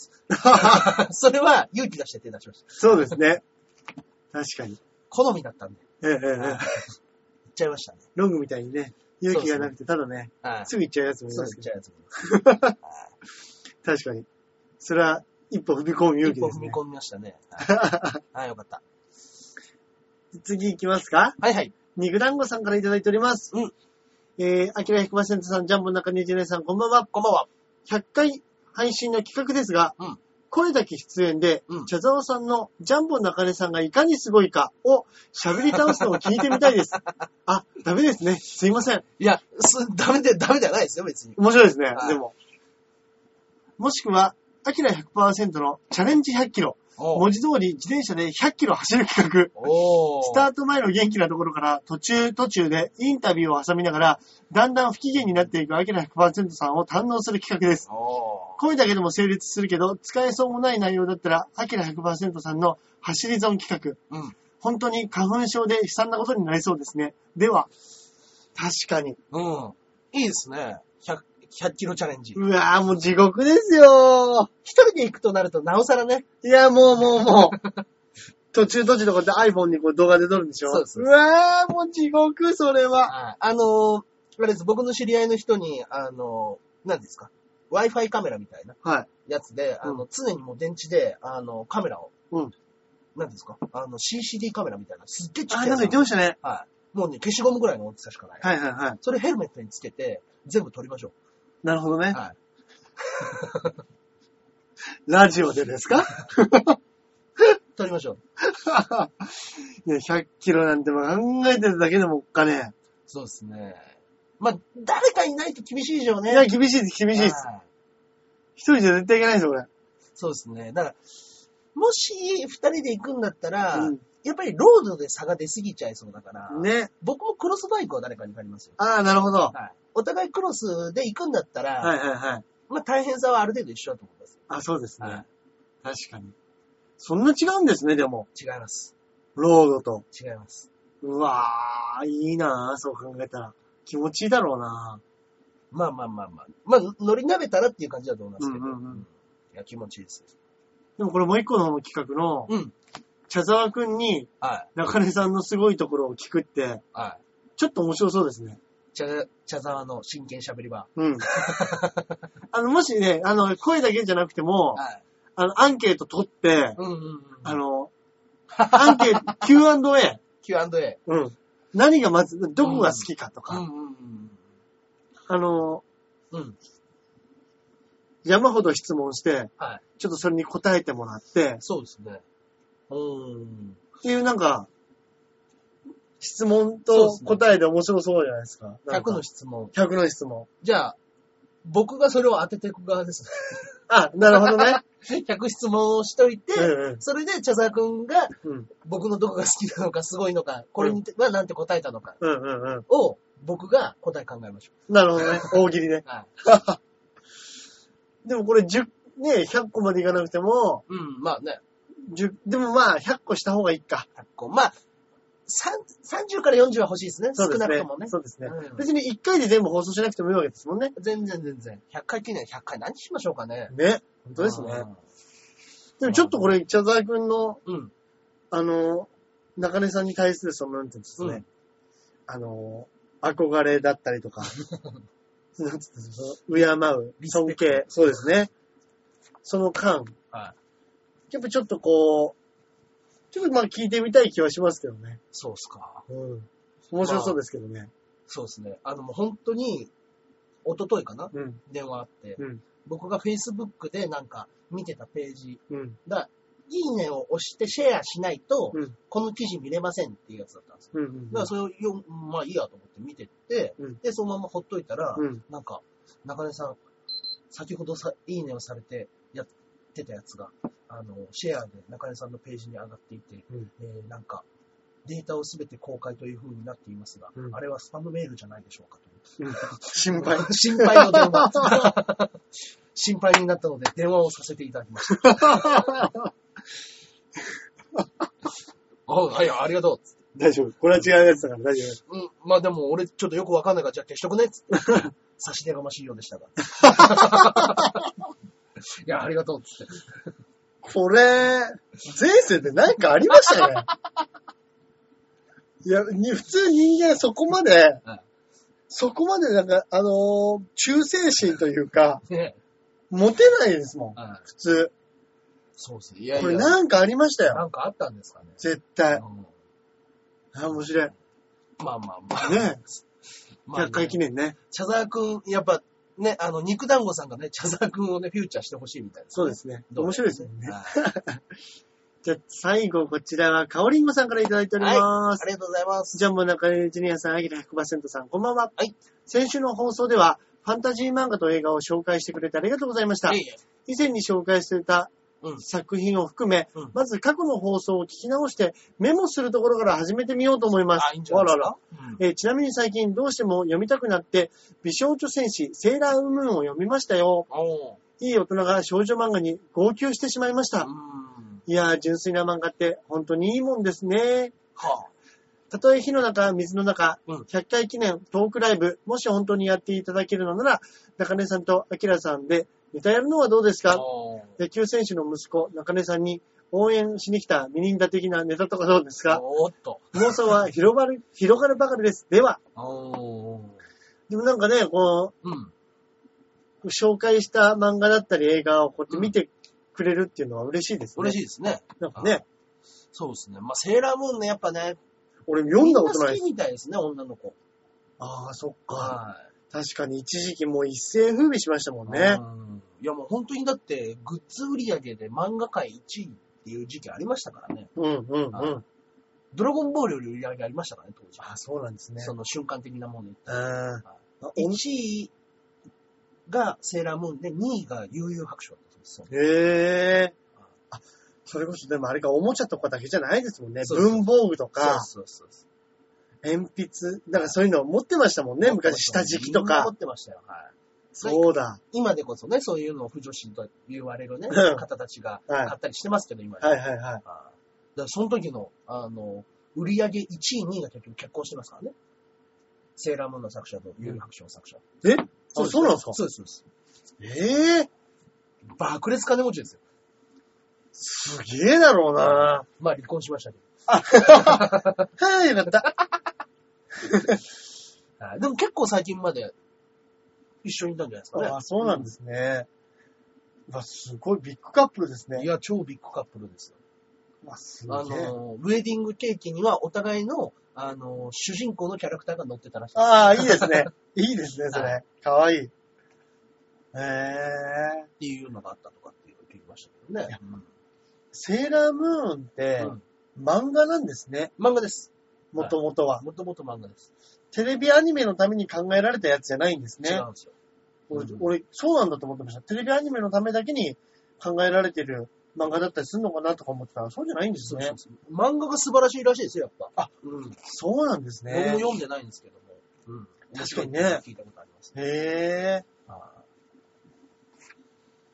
Speaker 2: す。それは勇気出して手出しました。
Speaker 1: そうですね。確かに。
Speaker 2: 好みだったんで、
Speaker 1: ええええええ
Speaker 2: 言っちゃいましたね。
Speaker 1: ロングみたいにね、勇気がなくて、ただね、
Speaker 2: はい。
Speaker 1: すぐ行っちゃうやつもい
Speaker 2: そう
Speaker 1: ま
Speaker 2: ですす、
Speaker 1: け
Speaker 2: 言
Speaker 1: ど
Speaker 2: っちゃうやつも。
Speaker 1: 確かに。それは、一歩踏み込む勇
Speaker 2: 一
Speaker 1: 気
Speaker 2: 歩
Speaker 1: です
Speaker 2: 踏み
Speaker 1: ね。
Speaker 2: 込みました ね。はいはい、よかった。
Speaker 1: 次行きますか
Speaker 2: はいはい。
Speaker 1: 肉団子さんからいただいております。
Speaker 2: うん。
Speaker 1: えー、あきら100%さん、ジャンボ中根ジェネさん、こんばんは。
Speaker 2: こんばんは。
Speaker 1: 100回配信の企画ですが、
Speaker 2: うん
Speaker 1: 声だけ出演で、
Speaker 2: うん
Speaker 1: 茶沢さんのジャンボ中根さんがいかにすごいかを喋り倒すのを聞いてみたい です。あ、ダメですね。すいません。
Speaker 2: いや、すダメで、ダメではないですよ、別に。
Speaker 1: 面白いですね
Speaker 2: は。い
Speaker 1: でも。もしくは、アキラ100%のチャレンジ100キロ。
Speaker 2: お
Speaker 1: 文字通り自転車で100キロ走る企画。
Speaker 2: お
Speaker 1: スタート前の元気なところから途中途中でインタビューを挟みながら、だんだん不機嫌になっていくアキラ100%さんを堪能する企画です。
Speaker 2: お
Speaker 1: 声だけでも成立するけど、使えそうもない内容だったら、アキラ100%さんの走り損企画。
Speaker 2: うん
Speaker 1: 本当に花粉症で悲惨なことになりそうですね。では、確かに。
Speaker 2: うん。いいですね。100、100キロチャレンジ。
Speaker 1: うわぁ、もう地獄ですよ
Speaker 2: 一人で行くとなると、なおさらね。
Speaker 1: いや、もうもうもう。途中途中でこうやって iPhone にこう動画で撮るんでしょ
Speaker 2: そうです
Speaker 1: わぁ、もう地獄、それは。
Speaker 2: あのー、あれです、僕の知り合いの人に、あのー、何ですか ?Wi-Fi カメラみたいな
Speaker 1: はい。
Speaker 2: やつで、あの、常にもう電池で、あの、カメラを、
Speaker 1: うん
Speaker 2: 何ですかあの、CCD カメラみたいな、すっげえちっちゃ
Speaker 1: あ、
Speaker 2: い
Speaker 1: な
Speaker 2: や
Speaker 1: んか言っ
Speaker 2: つ
Speaker 1: てましたね。
Speaker 2: はい。もうね、消しゴムぐらいの大きさしかない。
Speaker 1: はいはいはい。
Speaker 2: それヘルメットにつけて、全部撮りましょ
Speaker 1: なるほどね
Speaker 2: う。。はい。
Speaker 1: ラジオでですか
Speaker 2: 撮りましょう。
Speaker 1: いや ?100 キロなんてもう考えてるだけでもおっかね
Speaker 2: そうですね。まあ、誰かいないと厳しいでしょう
Speaker 1: え。
Speaker 2: ね。
Speaker 1: いや、厳しいです、厳しいです。
Speaker 2: はい
Speaker 1: 一人じゃ絶対いけないですよ、これ。
Speaker 2: そうですね。だから、もし二人で行くんだったら、
Speaker 1: うん
Speaker 2: やっぱりロードで差が出すぎちゃいそうだから、
Speaker 1: ね。
Speaker 2: 僕もクロスバイクは誰かに借りますよ。
Speaker 1: ああ、なるほど。は
Speaker 2: はい。お互いクロスで行くんだったら、
Speaker 1: いはいはい。
Speaker 2: まあ大変さはある程度一緒だと思います。
Speaker 1: あ、そうですね。
Speaker 2: はい
Speaker 1: 確かに。そんな違うんですね、でも。
Speaker 2: 違います。
Speaker 1: ロードと。
Speaker 2: 違います。
Speaker 1: うわぁ、いいなぁ、そう考えたら。気持ちいいだろうなぁ。
Speaker 2: まあまあまあまあ。まあ、乗り慣れたらっていう感じだと思いますけど。
Speaker 1: うんうんうん
Speaker 2: いや、気持ちいいです。
Speaker 1: でもこれもう一個の方の企画の、
Speaker 2: うん。
Speaker 1: 茶沢くんに
Speaker 2: はい。
Speaker 1: 中根さんのすごいところを聞くって、
Speaker 2: は
Speaker 1: ちょっと面白そうですね。
Speaker 2: い。茶、茶沢の真剣喋り 場。
Speaker 1: うん。あの、もしね、あの、声だけじゃなくても、
Speaker 2: はい。
Speaker 1: あの、アンケート取って、
Speaker 2: うんうんうん。
Speaker 1: あの、アンケ ート、Q&A。
Speaker 2: Q&A。
Speaker 1: うん。何がまず、どこが好きかと
Speaker 2: うん
Speaker 1: か、
Speaker 2: うん
Speaker 1: あの、
Speaker 2: うん。うん。
Speaker 1: 山ほど質問して、
Speaker 2: はい。
Speaker 1: ちょっとそれに答えてもらって、
Speaker 2: そうですね。うーん。
Speaker 1: っていうなんか、質問
Speaker 2: そうで
Speaker 1: と
Speaker 2: すね
Speaker 1: 答えで面白そうじゃないですか。なんか
Speaker 2: 100の質問。
Speaker 1: 100の質問。
Speaker 2: じゃあ、僕がそれを当てていく側です
Speaker 1: あ、なるほどね。
Speaker 2: ね。100質問をしといて、
Speaker 1: うんうん
Speaker 2: それで茶沢くんが
Speaker 1: うん。
Speaker 2: 僕のどこが好きなのか、すごいのか、これにてはなんて答えたのか
Speaker 1: うんうんう
Speaker 2: を僕が答え考えましょ
Speaker 1: ん。なるほどね。大喜利ね
Speaker 2: う。。はい。
Speaker 1: でもこれ10、ね、100個までいかなくても、
Speaker 2: うん、まあね、
Speaker 1: 10、でもまあ100個した方がいいか。
Speaker 2: 100個。まあ、3 30から40は欲しいですね。
Speaker 1: そうです
Speaker 2: 少なく
Speaker 1: ね
Speaker 2: ともね。。
Speaker 1: そうですね
Speaker 2: う。ん
Speaker 1: 別に1回で全部放送しなくてもいいわけですもんね。
Speaker 2: 全然全然。100回記念、100回何しましょうかね。
Speaker 1: ね。本当ですね。
Speaker 2: あ
Speaker 1: でもちょっとこれ、茶沢くんの、
Speaker 2: ー。うん。
Speaker 1: あの、中根さんに対するその、なんていうんですかね。あの、憧れだったり とか、なんつってその敬う、
Speaker 2: リスペ
Speaker 1: 尊
Speaker 2: クト
Speaker 1: 敬、そうですね。その間、
Speaker 2: は
Speaker 1: やっぱちょっとこう、ちょっとまあ聞いてみたい気はしますけどね。
Speaker 2: そうっすか。
Speaker 1: うん。面白そうですけどね。
Speaker 2: そうですね。あの、もう本当に、一昨日かな
Speaker 1: うん。
Speaker 2: 電話あって、
Speaker 1: うん
Speaker 2: 僕が Facebook でなんか見てたページ
Speaker 1: うん。
Speaker 2: が、いいねを押してシェアしないと、
Speaker 1: うん
Speaker 2: この記事見れませんっていうやつだったんですよ。
Speaker 1: うん。うん
Speaker 2: だからそれをよ、まあいいやと思って見てって、
Speaker 1: うん
Speaker 2: で、そのままほっといたら、
Speaker 1: うん。
Speaker 2: なんか、中根さん、先ほどさ、いいねをされてやってたやつが、あの、シェアで中根さんのページに上がっていて、
Speaker 1: うん
Speaker 2: えーなんか、データをすべて公開という風になっていますが、
Speaker 1: うん
Speaker 2: あれはスパムメールじゃないでしょうかという。
Speaker 1: うん心配。
Speaker 2: 心配の電話。 心配になったので、電話をさせていただきました。 あ、はい、ありがとう。つって
Speaker 1: 大丈夫。これは違うやつだから大丈夫。
Speaker 2: うん、まあでも俺ちょっとよくわかんないから、じゃあ消しとくねっつって。差し出がましいようでした が。いや、ありがとう。つって。
Speaker 1: これ、前世で何かありましたね。 いや、に普通人間そこまで
Speaker 2: はい、
Speaker 1: そこまでなんか、あのー忠誠心というか、
Speaker 2: ね
Speaker 1: 持てないですもん、
Speaker 2: はい
Speaker 1: 普通。
Speaker 2: そうですね。いやい
Speaker 1: これ
Speaker 2: や。
Speaker 1: 何かありましたよ、
Speaker 2: なんかあったんですかね。
Speaker 1: 絶対。
Speaker 2: う
Speaker 1: あ、面白い。ね
Speaker 2: んまあまあまあ。
Speaker 1: え、
Speaker 2: まあね
Speaker 1: 100回記念ね。
Speaker 2: 茶沢くん、やっぱ、ね、あの、肉団子さんがね、茶沢くんをね、フューチャーしてほしいみたいです、
Speaker 1: そうですね。面白いですもんね。
Speaker 2: はい
Speaker 1: じゃあ、最後、こちらは、かおりんごさんからいただいております。
Speaker 2: ありがとうございます。
Speaker 1: ジャンボ中根ジュニアさん、アキラ100%さん、こんばんは。
Speaker 2: はい。
Speaker 1: 先週の放送では、ファンタジー漫画と映画を紹介してくれてありがとうございました
Speaker 2: い。えいえ
Speaker 1: 以前に紹介してた
Speaker 2: うん
Speaker 1: 作品を含め、
Speaker 2: うん
Speaker 1: まず過去の放送を聞き直して、メモするところから始めてみようと思います。
Speaker 2: あ、いいんじゃないです
Speaker 1: あらあ。
Speaker 2: から
Speaker 1: えーちなみに最近どうしても読みたくなって、美少女戦士、セーラーウムーンを読みましたよ。
Speaker 2: うんおー
Speaker 1: いい大人が少女漫画に号泣してしまいまし
Speaker 2: う
Speaker 1: た。
Speaker 2: ん。
Speaker 1: いやー、純粋な漫画って本当にいいもんですね。
Speaker 2: は
Speaker 1: たとえ火の中、水の中、
Speaker 2: うん
Speaker 1: 100回記念トークライブ、もし本当にやっていただけるのなら、中根さんと明さんでネタやるのはどうです
Speaker 2: あ。
Speaker 1: か
Speaker 2: おー
Speaker 1: 野球選手の息子、中根さんに応援しに来たミニンダ的なネタとかどうですか
Speaker 2: おーっと。
Speaker 1: 妄想は広がる、広がるばかりです。では、
Speaker 2: おー
Speaker 1: でもなんかね、こ
Speaker 2: うん。
Speaker 1: う、紹介した漫画だったり映画をこうやって見てくれるっていうのは嬉しいですね。
Speaker 2: 嬉し
Speaker 1: い。
Speaker 2: いですね。
Speaker 1: なんかね、
Speaker 2: そうですね。まあ、セーラームーンね、やっぱね、
Speaker 1: 俺読んだこと
Speaker 2: みん
Speaker 1: ない
Speaker 2: 好
Speaker 1: で
Speaker 2: き
Speaker 1: す。
Speaker 2: みたいですね、女の子。
Speaker 1: ああ、そっか。
Speaker 2: は
Speaker 1: 確かに一時期もう一世風靡しましたも
Speaker 2: い。
Speaker 1: んね。
Speaker 2: うん。いや、もう本当にだって、グッズ売り上げで漫画界1位っていう時期ありましたからね。
Speaker 1: うんうんう
Speaker 2: は
Speaker 1: ん。
Speaker 2: ドラゴンボールより売り上げありましたからね、当時。
Speaker 1: あ、そうなんですね。
Speaker 2: その瞬間的なもので。
Speaker 1: あーあ
Speaker 2: 1位がセーラームーンで、2位が悠々白書だったそうですよ。
Speaker 1: おへえ。あ、それこそでもあれか、おもちゃとかだけじゃないですもんね。
Speaker 2: そうそう
Speaker 1: 文房具とか、
Speaker 2: そうそうそうそう。
Speaker 1: 鉛筆、だからそういうの持ってましたもんね。昔、下敷きと
Speaker 2: みんな持
Speaker 1: か。
Speaker 2: ってましたよ。はい。
Speaker 1: そうだ。
Speaker 2: 今でこそね、そういうのを不女子と言われるね、
Speaker 1: うん
Speaker 2: 方たちが
Speaker 1: はい
Speaker 2: 買ったりしてますけど、今ね。
Speaker 1: はいはいはい。
Speaker 2: あーだからその時の、あの、売り上げ1位、2位が結局結婚してますからね。セーラームーンの作者と幽白書の作者。
Speaker 1: えあ、そうなんですか
Speaker 2: そうです、そうです。
Speaker 1: ええ
Speaker 2: 爆裂金持ちですよ。
Speaker 1: すげえだろうな
Speaker 2: まあ離婚しましたけど。
Speaker 1: はい、よかった。
Speaker 2: はいでも結構最近まで一緒にいたんじゃないですかね。
Speaker 1: あ、そうなんですね。うわ、すごいビッグカップルです
Speaker 2: い
Speaker 1: ね。
Speaker 2: や、超ビッグカップルですよ。
Speaker 1: うわ、すげえ
Speaker 2: あ。の、ウェディングケーキにはお互いの、あの、主人公のキャラクターが乗ってたらしい。
Speaker 1: ああ、いいです ね。いいですね、そ
Speaker 2: は
Speaker 1: れ。かわいい。へえ。
Speaker 2: っていうのがあったとかっていうのを聞きましたけどね。
Speaker 1: セーラームーンって
Speaker 2: うん
Speaker 1: 漫画なんですね、
Speaker 2: 漫画です。
Speaker 1: もともとは。
Speaker 2: もともと漫画です。
Speaker 1: テレビアニメのために考えられたやつじゃないんです
Speaker 2: 違
Speaker 1: ね
Speaker 2: う。んですよ。
Speaker 1: 俺
Speaker 2: うん、
Speaker 1: 俺そうなんだと思ってました。テレビアニメのためだけに考えられてる漫画だったりするのかなとか思ってたら、そうじゃないんです
Speaker 2: そう
Speaker 1: ね
Speaker 2: そう。そう漫画が素晴らしいらしいですよ、やっぱ。あ、うん。
Speaker 1: そうなんです
Speaker 2: 僕も
Speaker 1: ね。
Speaker 2: 読んでないんですけども。うん。
Speaker 1: 確かにね
Speaker 2: 聞いたことありますね。
Speaker 1: へえ。
Speaker 2: はい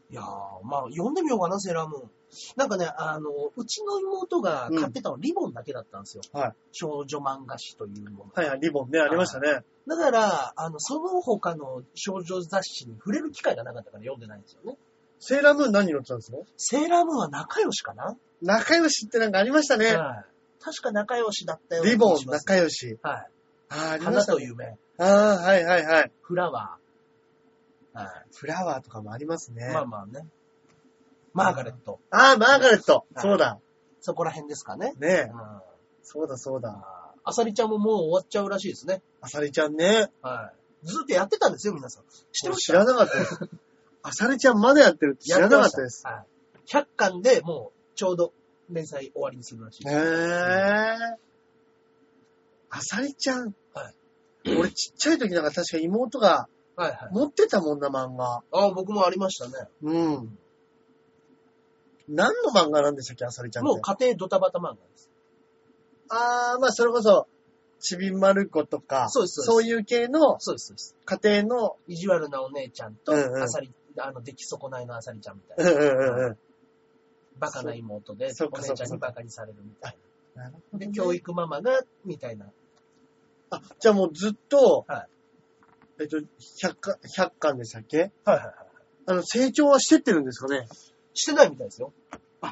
Speaker 2: いやー、まあ、読んでみようかな、セーラームーン。なんかね、あの、うちの妹が買ってたの、リボンだけだったんですよ。
Speaker 1: はい
Speaker 2: 少女漫画誌というもの。
Speaker 1: はいはい、リボンね、ありましたね。
Speaker 2: だから、あの、その他の少女雑誌に触れる機会がなかったから読んでないんですよね。
Speaker 1: セーラームーン何乗ってたんですか
Speaker 2: セーラームーンは仲良しかな、
Speaker 1: 仲良しってなんかありましたね。
Speaker 2: はい確か仲良しだったような
Speaker 1: リボン
Speaker 2: 気、がします
Speaker 1: 仲良し。
Speaker 2: はい。
Speaker 1: あー、ありま
Speaker 2: 花
Speaker 1: した
Speaker 2: と。夢、
Speaker 1: ああ、はいはいはい。
Speaker 2: フラワー、は
Speaker 1: フラワーとかもありますね。
Speaker 2: い。まあまあね。マーガレット。
Speaker 1: ああ、マーガレット。
Speaker 2: い
Speaker 1: そうだ。
Speaker 2: そこら辺ですかね。
Speaker 1: ねえ
Speaker 2: う。ん
Speaker 1: そうだそうだ。
Speaker 2: あさりちゃんももう終わっちゃうらしいですね。
Speaker 1: アサリちゃんね。
Speaker 2: はい。ずっとやってたんですよ、皆さん。知ってまし
Speaker 1: 知
Speaker 2: た
Speaker 1: らなかった です。アサリちゃんまだやってるって知らなかったです。。
Speaker 2: やてましたはい。100巻でもう、ちょうど、連載終わりにするらしい
Speaker 1: へ。え。アサリちゃん。
Speaker 2: は
Speaker 1: 俺ちっちゃい時なんか確か妹が
Speaker 2: はいはい。
Speaker 1: 持ってたもんな漫画。
Speaker 2: ああ、僕もありましたね。
Speaker 1: うん。何の漫画なんでしたっけ、アサリちゃんって。
Speaker 2: もう家庭ドタバタ漫画です。
Speaker 1: ああ、まあそれこそ、ちびまる子とか、
Speaker 2: そうです
Speaker 1: そ
Speaker 2: そう
Speaker 1: ういう系の
Speaker 2: そうです、そうです。
Speaker 1: 家庭の、
Speaker 2: 意地悪なお姉ちゃんと、
Speaker 1: うんうん
Speaker 2: あさり、あの、出来損ないのあさりちゃんみたいうな。
Speaker 1: んうんうんう
Speaker 2: バカな妹で
Speaker 1: そ、
Speaker 2: お姉ちゃんにバカにされるみたい
Speaker 1: ん。なるほ
Speaker 2: な。で
Speaker 1: ど、、ね。
Speaker 2: 教育ママが、みたいな。
Speaker 1: あ、じゃあもうずっと、
Speaker 2: は
Speaker 1: えっと、100巻、100巻でしたっけ
Speaker 2: はいはいはい。
Speaker 1: あの、成長はしてってるんですかね
Speaker 2: してないみたいですよ。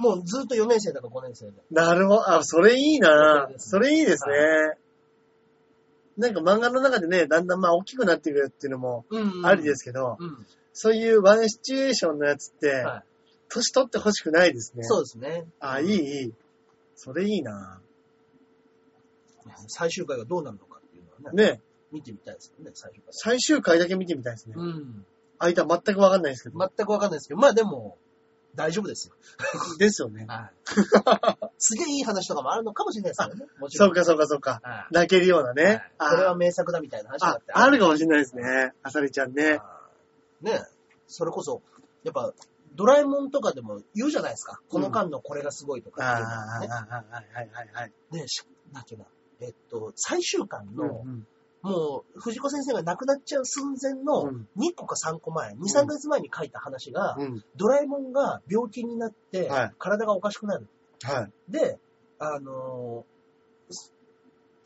Speaker 2: もうずっと4年生だか5年生で。
Speaker 1: なるほど。あ、それいいな
Speaker 2: そうです
Speaker 1: そ
Speaker 2: ね
Speaker 1: れいいですね。なんか漫画の中でね、だんだんまあ大きくなってくるっていうのも
Speaker 2: うん。
Speaker 1: ありですすけど、
Speaker 2: うん。
Speaker 1: そういうワンシチュエーションのやつって、
Speaker 2: は
Speaker 1: 年取ってほしくないですね。
Speaker 2: そう
Speaker 1: う。
Speaker 2: ですね。
Speaker 1: あ、いい、いい。それいいな
Speaker 2: 最終回がどうなるのかっていうのはね、
Speaker 1: ね、
Speaker 2: 見てみたいですよね、最終回。
Speaker 1: 最終回だけ見てみたいですね。
Speaker 2: うん。
Speaker 1: 間全くわかんないですけど。
Speaker 2: 全くわかんないですけど、まあでも、大丈夫ですよ。
Speaker 1: ですよね。
Speaker 2: はい。すげえいい話とかもあるのかもしれないですよね。もちろ
Speaker 1: そ
Speaker 2: ん。
Speaker 1: うかそうかそうか。
Speaker 2: はい
Speaker 1: 泣けるようなね。
Speaker 2: はい
Speaker 1: あ
Speaker 2: これは名作だみたいな話だ
Speaker 1: あ
Speaker 2: って
Speaker 1: ある
Speaker 2: か
Speaker 1: かもしれないですね。あさりちゃんね。
Speaker 2: ねえそれこそ、やっぱ、ドラえもんとかでも言うじゃないですか。この間のこれがすごいと
Speaker 1: あー
Speaker 2: かっていうのはね。
Speaker 1: あー、はいはいはいはい。
Speaker 2: ね、しなんていうのえっと、最終巻の、
Speaker 1: うんうん
Speaker 2: もう、藤子先生が亡くなっちゃう寸前の
Speaker 1: うん
Speaker 2: 2個か3個前、2、3ヶ月前に書いた話が、
Speaker 1: うん。
Speaker 2: ドラえもんが病気になって
Speaker 1: はい、
Speaker 2: 体がおかしくなる。
Speaker 1: はい。
Speaker 2: で、あのーす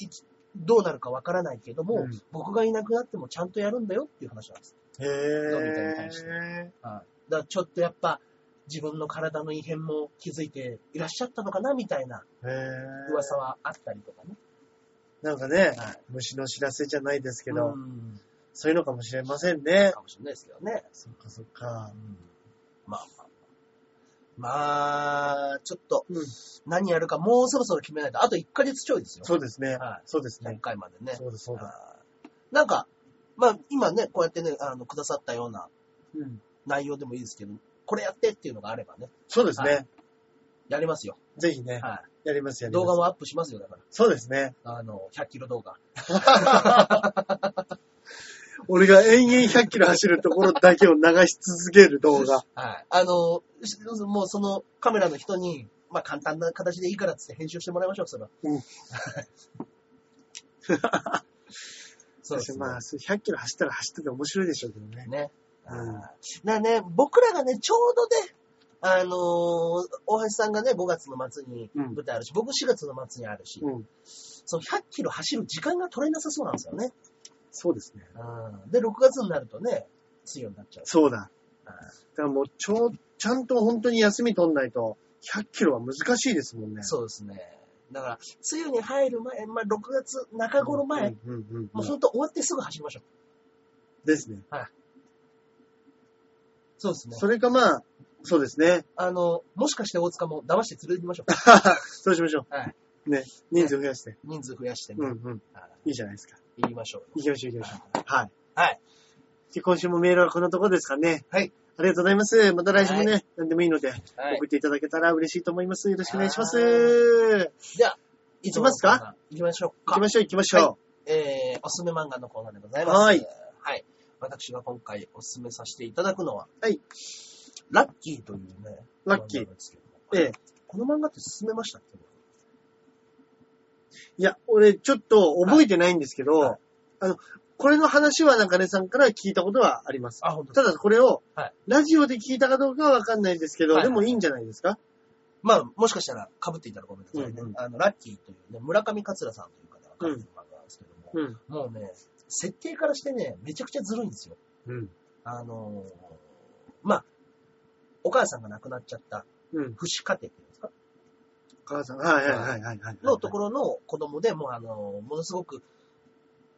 Speaker 2: いつどうなるかわからないけども、
Speaker 1: うん
Speaker 2: 僕がいなくなってもちゃんとやるんだよっていう話なんです。
Speaker 1: へ
Speaker 2: のび太に対して
Speaker 1: ぇ
Speaker 2: だからちょっとやっぱ、自分の体の異変も気づいていらっしゃったのかなみたいな
Speaker 1: ー。へー
Speaker 2: 噂はあったりとかね。
Speaker 1: なんかね、
Speaker 2: はい
Speaker 1: 虫の知らせじゃないですけど、
Speaker 2: うん
Speaker 1: そういうのかもしれませんね。
Speaker 2: かもしれないですけどね。
Speaker 1: そっかそっか。
Speaker 2: まあまあまあ。まあ、ちょっと、
Speaker 1: うん。
Speaker 2: 何やるかもうそろそろ決めないと。あと1ヶ月ちょいですよ。
Speaker 1: そうですね。
Speaker 2: はい
Speaker 1: そうです
Speaker 2: 今
Speaker 1: ね。
Speaker 2: 回までね。
Speaker 1: そうだそうだ。
Speaker 2: あーなんか、まあ今ね、こうやってね、あの、くださったような
Speaker 1: うん。
Speaker 2: 内容でもいいですけど、これやってっていうのがあればね、
Speaker 1: そうです
Speaker 2: は
Speaker 1: ね。
Speaker 2: やりますよ。
Speaker 1: ぜひね、
Speaker 2: は
Speaker 1: やりますや
Speaker 2: い。
Speaker 1: ります。
Speaker 2: 動画もアップしますよ、だか
Speaker 1: そうですね。
Speaker 2: ら。あの、100キロ動画。
Speaker 1: 俺が延々100キロ走るところだけを流し続ける動画。
Speaker 2: はい。あの、しもうそのカメラの人に、まあ簡単な形でいいからっつって編集してもらいましょう、それは。
Speaker 1: うん
Speaker 2: そうですね。
Speaker 1: まあ、100キロ走ったら走ってて面白いでしょうけどね。
Speaker 2: ね。あ
Speaker 1: うん
Speaker 2: ーだね、僕らがね、ちょうどね、あのー大橋さんがね、5月の末に
Speaker 1: うん
Speaker 2: 舞台あるし、僕4月の末にあるし、
Speaker 1: うん。
Speaker 2: その100キロ走る時間が取れなさそうなんですよね。
Speaker 1: そうですね。
Speaker 2: うん、で、6月になるとね、強になっちゃう。
Speaker 1: そうだ。
Speaker 2: あー
Speaker 1: だからもう、ちょ、ちゃんと本当に休み取んないと、100キロは難しいですもんね。
Speaker 2: そうですね。だから、梅雨に入る前、まあ、6月中頃前、
Speaker 1: うんうんうん
Speaker 2: もう
Speaker 1: うん。
Speaker 2: ほんと終わってすぐ走りましょう。
Speaker 1: ですね。
Speaker 2: そうですね。
Speaker 1: それかまあ、そうですね。
Speaker 2: あの、もしかして大塚も騙して連れてきましょう。
Speaker 1: そうしましょう。
Speaker 2: はい。
Speaker 1: ね。人数増やして。
Speaker 2: 人数増やしてね、
Speaker 1: うんうん。
Speaker 2: あ
Speaker 1: いいじゃないですか。
Speaker 2: ー言いましょう
Speaker 1: 行きましょう行き
Speaker 2: よ
Speaker 1: ましょう。はい。
Speaker 2: はい。
Speaker 1: で今週もメールはこのところですかね。
Speaker 2: はい。
Speaker 1: ありがとうございます。また来週もね、
Speaker 2: は
Speaker 1: 何でもいいので、
Speaker 2: はい
Speaker 1: 送。っていただけたら嬉しいと思います。よろしくお願いします。
Speaker 2: は
Speaker 1: 行
Speaker 2: じゃあ、
Speaker 1: いきますか
Speaker 2: 行きましょうか。
Speaker 1: きましょう行きましょ
Speaker 2: えー、おすすめ漫画のコーナーでございます。
Speaker 1: はい。
Speaker 2: はい。私が今回おすすめさせていただくのは、
Speaker 1: はい。
Speaker 2: ラッキーというね、
Speaker 1: ラッキー
Speaker 2: 漫画なんですけども
Speaker 1: う。ええ。
Speaker 2: この漫画って勧めましたっけ
Speaker 1: いや、俺ちょっと覚えてないんですけど、
Speaker 2: はい
Speaker 1: あの、これの話は中根さんから聞いたことはあります。
Speaker 2: あ、本当
Speaker 1: ただこれを
Speaker 2: はい、
Speaker 1: ラジオで聞いたかどうかはわかんないですけど、
Speaker 2: はい
Speaker 1: でもいいんじゃないですか
Speaker 2: まあ、もしかしたら被っていたらごめんなさいね。
Speaker 1: うんうん
Speaker 2: あの、ラッキーというね、村上桂さんという方が書いてる漫画なんですけども、
Speaker 1: うん。
Speaker 2: もうね、設定からしてね、めちゃくちゃずるいんですよ。
Speaker 1: うん。
Speaker 2: あのーまあ、お母さんが亡くなっちゃった、
Speaker 1: うん。
Speaker 2: 不死家庭っていうんですか
Speaker 1: お母さん。はいはいはいはいはい。
Speaker 2: のところの子供でもう、あのーものすごく、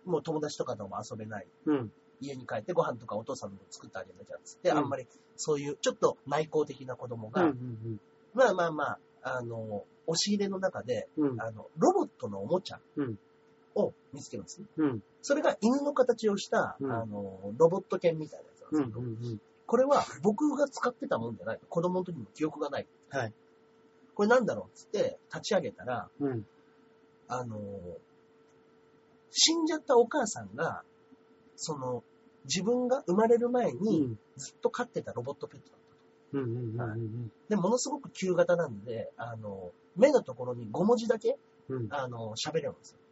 Speaker 2: もう友達とかとも遊べない。
Speaker 1: うん。
Speaker 2: 家に帰ってご飯とかお父さんの作ってあげなきゃっつって、
Speaker 1: うん
Speaker 2: あんまりそういうちょっと内向的な子供
Speaker 1: う
Speaker 2: が、
Speaker 1: ん。
Speaker 2: まあまあまあ、あの、押し入れの中で、
Speaker 1: うん。
Speaker 2: あの、ロボットのおもちゃ
Speaker 1: うん
Speaker 2: を見つけるんですね。
Speaker 1: うん。
Speaker 2: それが犬の形をした、
Speaker 1: うん
Speaker 2: あの、ロボット犬みたいなやつ
Speaker 1: う
Speaker 2: なんですけど、
Speaker 1: ん。
Speaker 2: これは僕が使ってたもんじゃない。子供の時の記憶がない。
Speaker 1: はい。
Speaker 2: これなんだろうっつって立ち上げたら、
Speaker 1: うん。
Speaker 2: あの、死んじゃったお母さんが、その、自分が生まれる前にずっと飼ってたロボットペットだったと。
Speaker 1: うん。
Speaker 2: で、ものすごく旧型なんで、あの、目のところに5文字だけ、
Speaker 1: うん
Speaker 2: あの、喋れるんですよ。
Speaker 1: うん